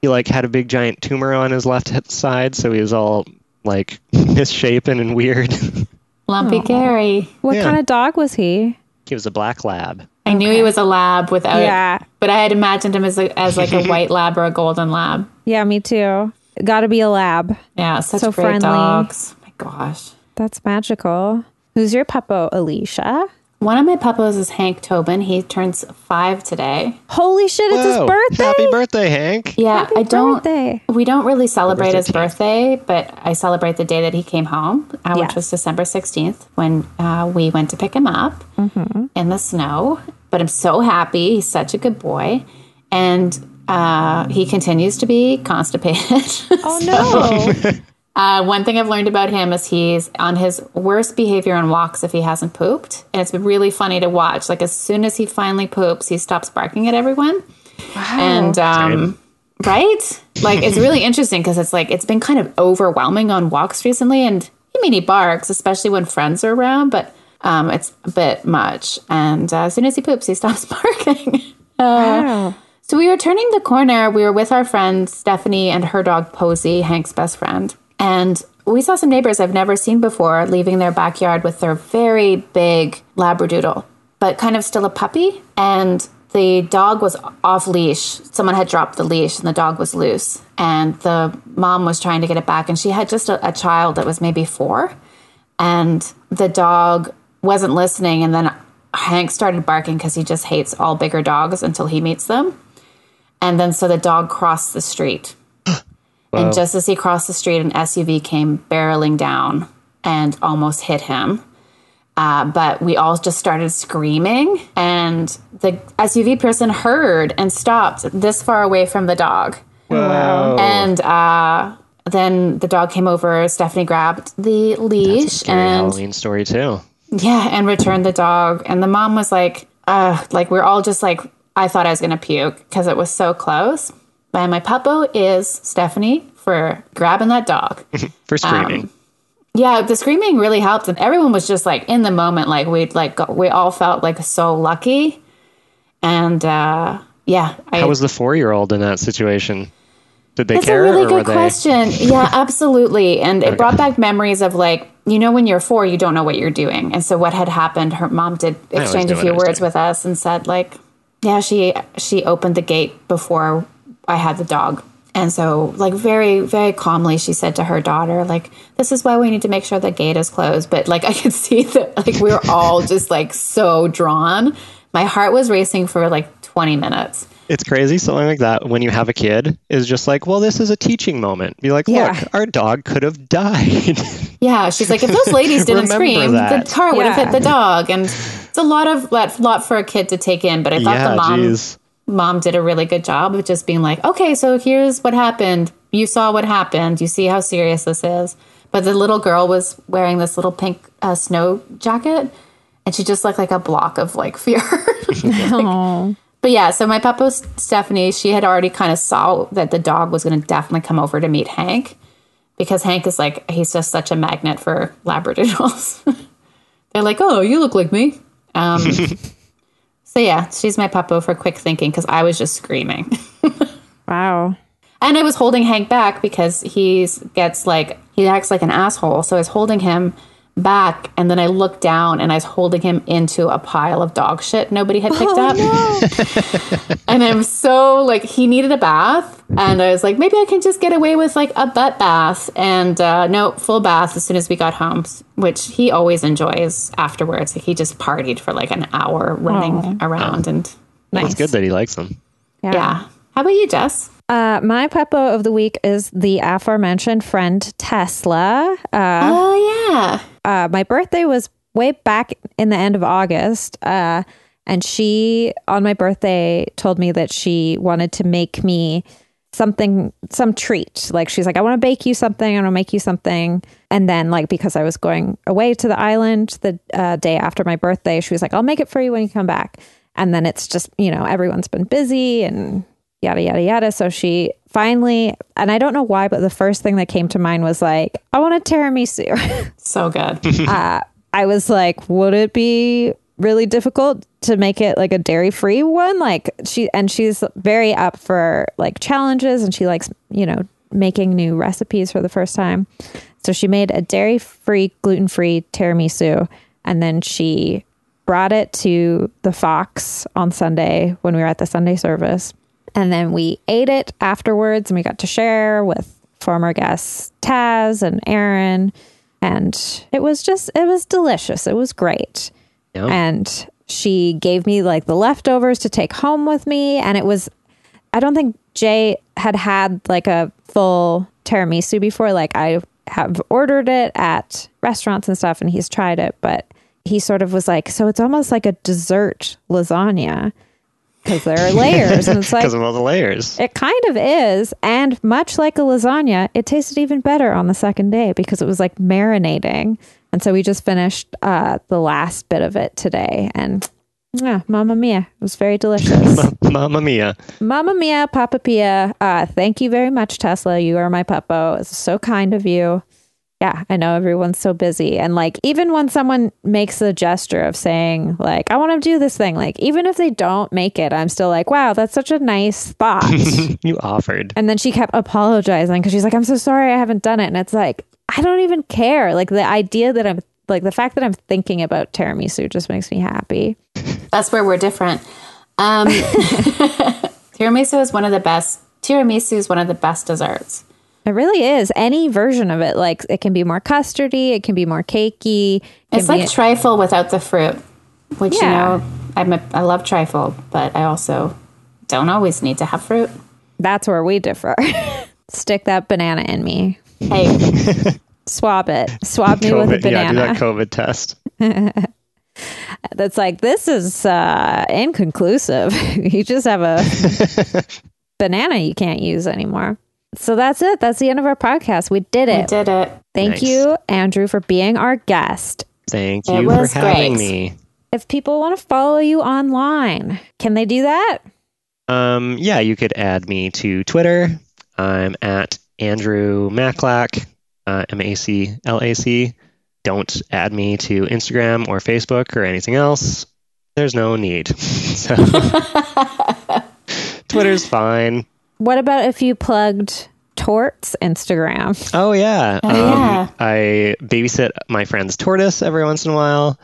[SPEAKER 3] he like had a big giant tumor on his left hip side so he was all like misshapen and weird
[SPEAKER 2] Lumpy Gary.
[SPEAKER 1] What
[SPEAKER 3] Yeah.
[SPEAKER 1] kind of dog was he?
[SPEAKER 3] he was a black lab
[SPEAKER 2] I knew he was a lab without
[SPEAKER 1] Yeah.
[SPEAKER 2] but I had imagined him as a, as like a white lab or a golden lab.
[SPEAKER 1] Yeah, me too. Got to be a lab.
[SPEAKER 2] Yeah, such
[SPEAKER 1] So
[SPEAKER 2] great
[SPEAKER 1] friendly.
[SPEAKER 2] dogs. my gosh.
[SPEAKER 1] That's magical. Who's your puppo, Alicia?
[SPEAKER 2] One of my puppos is Hank Tobin. He turns five today.
[SPEAKER 1] Holy shit, it's
[SPEAKER 3] Whoa,
[SPEAKER 1] his birthday.
[SPEAKER 3] Oh, happy birthday hank
[SPEAKER 2] Yeah, I don't.
[SPEAKER 1] birthday.
[SPEAKER 2] We don't really celebrate
[SPEAKER 3] birthday
[SPEAKER 2] his
[SPEAKER 3] to you.
[SPEAKER 2] birthday, but I celebrate the day that he came home, uh,
[SPEAKER 1] Yes.
[SPEAKER 2] which was December 16th when uh, we went to pick him up
[SPEAKER 1] Mm-hmm.
[SPEAKER 2] in the snow. But I'm so happy. He's such a good boy. And uh, he continues to be constipated.
[SPEAKER 1] Oh no.
[SPEAKER 2] Uh, one thing I've learned about him is he's on his worst behavior on walks if he hasn't pooped. And it's been really funny to watch. Like, as soon as he finally poops, he stops barking at everyone. And, um, right? Like, it's really interesting because it's like, it's been kind of overwhelming on walks recently. And I mean, he barks, especially when friends are around, but um, it's a bit much. And uh, as soon as he poops, he stops barking.
[SPEAKER 1] wow.
[SPEAKER 2] So we were turning the corner. We were with our friend Stephanie and her dog Posey, Hank's best friend. And we saw some neighbors I've never seen before leaving their backyard with their very big Labradoodle. but kind of still a puppy. And the dog was off leash. Someone had dropped the leash and the dog was loose. And the mom was trying to get it back. And she had just a, a child that was maybe four. And the dog wasn't listening. And then Hank started barking because he just hates all bigger dogs until he meets them. And then so the dog crossed the street.
[SPEAKER 3] Wow.
[SPEAKER 2] And just as he crossed the street, an SUV came barreling down and almost hit him. Uh, but we all just started screaming, and the SUV person heard and stopped this far away from the dog.
[SPEAKER 3] Wow.
[SPEAKER 2] And uh, then the dog came over. Stephanie grabbed the leash
[SPEAKER 3] Scary
[SPEAKER 2] and
[SPEAKER 3] Halloween story too.
[SPEAKER 2] yeah, and returned the dog. And the mom was like, uh, like we're all just like, I thought I was gonna puke because it was so close. And my puppo is Stephanie for grabbing that dog.
[SPEAKER 3] For screaming.
[SPEAKER 2] Um, yeah, the screaming really helped, and everyone was just like in the moment, like we'd like go, we all felt like so lucky. And uh, yeah, I
[SPEAKER 3] How was the four year old in that situation? Did they
[SPEAKER 2] That's
[SPEAKER 3] care
[SPEAKER 2] a really
[SPEAKER 3] or were
[SPEAKER 2] good
[SPEAKER 3] they
[SPEAKER 2] question. Yeah, absolutely. And it brought back memories of like, you know, when you're four, you don't know what you're doing. And so what had happened, her mom did
[SPEAKER 3] always
[SPEAKER 2] exchange
[SPEAKER 3] knew
[SPEAKER 2] a
[SPEAKER 3] what
[SPEAKER 2] few
[SPEAKER 3] I was
[SPEAKER 2] words
[SPEAKER 3] doing.
[SPEAKER 2] with us and said like, yeah, she she opened the gate before I had the dog. And so like very, very calmly she said to her daughter, like, this is why we need to make sure the gate is closed. But like I could see that like we were all just like so drawn. My heart was racing for like 20 minutes.
[SPEAKER 3] It's crazy. Something like that when you have a kid is just like, well, this is a teaching moment. Be like,
[SPEAKER 1] Yeah.
[SPEAKER 3] look, our dog could have died.
[SPEAKER 2] Yeah, she's like, if those ladies didn't
[SPEAKER 3] Remember
[SPEAKER 2] scream,
[SPEAKER 3] that.
[SPEAKER 2] the car would have
[SPEAKER 1] Yeah.
[SPEAKER 2] hit the dog, and it's a lot of lot, lot for a kid to take in. But I thought
[SPEAKER 3] yeah,
[SPEAKER 2] the mom
[SPEAKER 3] jeez.
[SPEAKER 2] mom did a really good job of just being like, okay, so here's what happened. You saw what happened. You see how serious this is. But the little girl was wearing this little pink uh, snow jacket, and she just looked like a block of like fear.
[SPEAKER 1] Oh,
[SPEAKER 2] But yeah, so my papa S- Stephanie, she had already kind of saw that the dog was going to definitely come over to meet Hank because Hank is like he's just such a magnet for labradoodles. They're like, "Oh, you look like me." Um, so yeah, she's my papa for quick thinking because I was just screaming.
[SPEAKER 1] wow.
[SPEAKER 2] And I was holding Hank back because he's gets like he acts like an asshole. So I was holding him back, and then I looked down and I was holding him into a pile of dog shit nobody had
[SPEAKER 1] Oh,
[SPEAKER 2] picked up. and I'm so like he needed a bath, and I was like maybe I can just get away with like a butt bath, and uh, no full bath as soon as we got home, which he always enjoys afterwards. Like he just partied for like an hour running around, and
[SPEAKER 3] It's good that he likes them.
[SPEAKER 1] Oh. Yeah.
[SPEAKER 2] yeah. How about you, Jess?
[SPEAKER 1] Uh, my Peppo of the week is the aforementioned friend Tesla. Uh,
[SPEAKER 2] Oh yeah.
[SPEAKER 1] uh, my birthday was way back in the end of August. Uh, and she, on my birthday, told me that she wanted to make me something, some treat. Like she's like, I want to bake you something. I want to make you something. And then, like, because I was going away to the island the uh, day after my birthday, she was like, I'll make it for you when you come back. And then it's just, you know, everyone's been busy and yada yada yada so she finally and i don't know why but the first thing that came to mind was like i want a tiramisu
[SPEAKER 2] So good.
[SPEAKER 1] I was like, would it be really difficult to make it like a dairy free one? Like she and she's very up for like challenges and she likes, you know, making new recipes for the first time. So she made a dairy free, gluten free tiramisu and then she brought it to the Fox on Sunday when we were at the Sunday service. And then we ate it afterwards and we got to share with former guests Taz and Aaron. And it was just, it was delicious. It was great.
[SPEAKER 3] Yeah.
[SPEAKER 1] And she gave me like the leftovers to take home with me. And it was, I don't think Jay had had like a full tiramisu before. Like I have ordered it at restaurants and stuff, and he's tried it, but he sort of was like, so it's almost like a dessert lasagna because there are layers, and it's like
[SPEAKER 3] Because of all the layers.
[SPEAKER 1] it kind of is, and much like a lasagna, it tasted even better on the second day because it was like marinating. And so we just finished uh, the last bit of it today, and yeah, mamma mia, it was very delicious.
[SPEAKER 3] Mamma mia.
[SPEAKER 1] Mamma mia, Papa Pia. Uh, thank you very much, Tesla. You are my puppo. It's so kind of you. Yeah, I know everyone's so busy. And like, even when someone makes a gesture of saying, like, I want to do this thing, like, even if they don't make it, I'm still like, wow, that's such a nice thought.
[SPEAKER 3] You offered.
[SPEAKER 1] and then she kept apologizing because she's like, I'm so sorry I haven't done it. And it's like, I don't even care. Like, the idea that I'm Like the fact that I'm thinking about tiramisu just makes me happy.
[SPEAKER 2] That's where we're different. Um, tiramisu is one of the best. Tiramisu is one of the best desserts.
[SPEAKER 1] It really is. Any version of it, like it can be more custardy, it can be more cakey. it can
[SPEAKER 2] It's like
[SPEAKER 1] be-
[SPEAKER 2] trifle without the fruit, which
[SPEAKER 1] Yeah.
[SPEAKER 2] you know I'm a, I love trifle, but I also don't always need to have fruit.
[SPEAKER 1] that's where we differ. Stick that banana in me.
[SPEAKER 2] Hey,
[SPEAKER 1] Swab it. Swab me with a
[SPEAKER 3] COVID, yeah, do
[SPEAKER 1] banana.
[SPEAKER 3] that COVID test.
[SPEAKER 1] that's like this is uh, inconclusive. you just have a banana you can't use anymore. So that's it. That's the end of our podcast. We did
[SPEAKER 2] I
[SPEAKER 1] it.
[SPEAKER 2] did it.
[SPEAKER 1] Thank
[SPEAKER 3] Nice.
[SPEAKER 1] you, Andrew, for being our guest.
[SPEAKER 3] Thank
[SPEAKER 2] It
[SPEAKER 3] you for
[SPEAKER 2] was
[SPEAKER 3] having
[SPEAKER 2] great.
[SPEAKER 3] me.
[SPEAKER 1] If people want to follow you online, can they do that?
[SPEAKER 3] Um, yeah, you could add me to Twitter. I'm at Andrew Maclack, uh, M A C L A C. Don't add me to Instagram or Facebook or anything else. There's no need. so, Twitter's fine.
[SPEAKER 1] What about if you plugged Tort's Instagram?
[SPEAKER 3] Oh yeah. Um,
[SPEAKER 2] yeah.
[SPEAKER 3] I babysit my friend's tortoise every once in a while.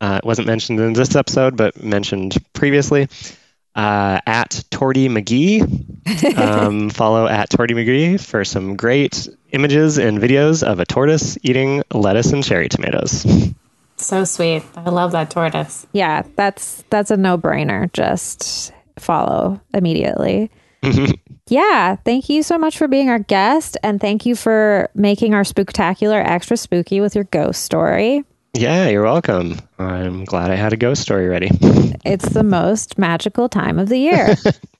[SPEAKER 3] Uh, it wasn't mentioned in this episode, but mentioned previously. Uh, at Torty McGee. Um, follow at Torty McGee for some great images and videos of a tortoise eating lettuce and cherry tomatoes.
[SPEAKER 2] So sweet. I love that tortoise.
[SPEAKER 1] Yeah, that's that's a no-brainer. Just follow immediately. yeah, thank you so much for being our guest and thank you for making our spooktacular extra spooky with your ghost story.
[SPEAKER 3] Yeah, you're welcome. I'm glad I had a ghost story ready.
[SPEAKER 1] It's the most magical time of the year.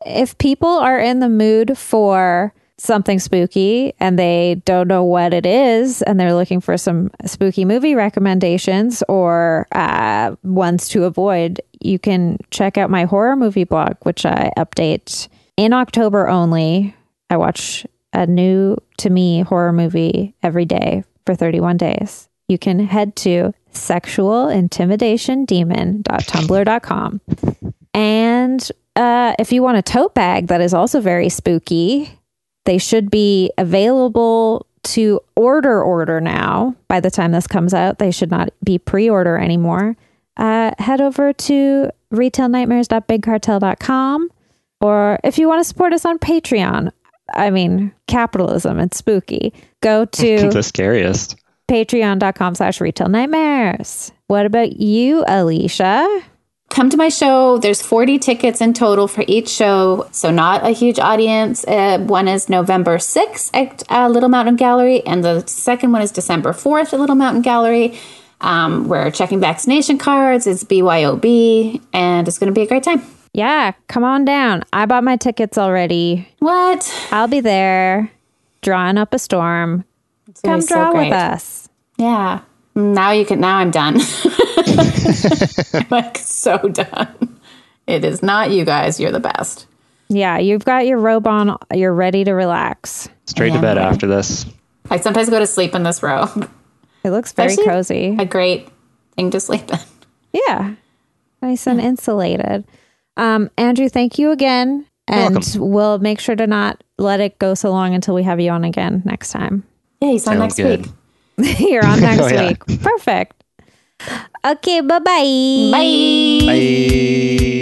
[SPEAKER 1] if people are in the mood for something spooky and they don't know what it is and they're looking for some spooky movie recommendations or uh, ones to avoid, you can check out my horror movie blog, which I update in October only. I watch a new, to me, horror movie every day for 31 days. You can head to sexualintimidationdemon.tumblr.com. And uh, if you want a tote bag that is also very spooky, they should be available to order order now. By the time this comes out, they should not be pre order anymore. Uh, head over to retailnightmares.bigcartel.com or if you want to support us on Patreon. I mean, capitalism, it's spooky. Go to
[SPEAKER 3] the scariest.
[SPEAKER 1] patreon.com slash retail nightmares what about you alicia
[SPEAKER 2] Come to my show. There's 40 tickets in total for each show, so not a huge audience. Uh, one is November 6th at uh, Little Mountain Gallery, and the second one is December 4th at Little Mountain Gallery. Um, we're checking vaccination cards. It's BYOB, and it's going to be a great time.
[SPEAKER 1] yeah come on down i bought my tickets already
[SPEAKER 2] What?
[SPEAKER 1] i'll be there drawing up a storm
[SPEAKER 2] It's gonna
[SPEAKER 1] come
[SPEAKER 2] be so
[SPEAKER 1] draw
[SPEAKER 2] great.
[SPEAKER 1] with us
[SPEAKER 2] Yeah. Now you can. Now I'm done. I'm, like so done. It is not you guys. You're the best.
[SPEAKER 1] yeah you've got your robe on you're ready to relax
[SPEAKER 3] Straight
[SPEAKER 2] Yeah.
[SPEAKER 3] to bed after this.
[SPEAKER 2] I sometimes go to sleep in this row.
[SPEAKER 1] it looks very
[SPEAKER 2] Especially-
[SPEAKER 1] cozy
[SPEAKER 2] a great thing to sleep in.
[SPEAKER 1] yeah nice and insulated um andrew thank you again and we'll make sure to not let it go so long until we have you on again next time
[SPEAKER 2] Yeah, he's on
[SPEAKER 3] Sounds
[SPEAKER 2] next
[SPEAKER 3] good.
[SPEAKER 2] week.
[SPEAKER 1] You're on next
[SPEAKER 3] Oh, yeah.
[SPEAKER 1] week. Perfect. Okay, bye bye.
[SPEAKER 2] Bye.
[SPEAKER 3] Bye.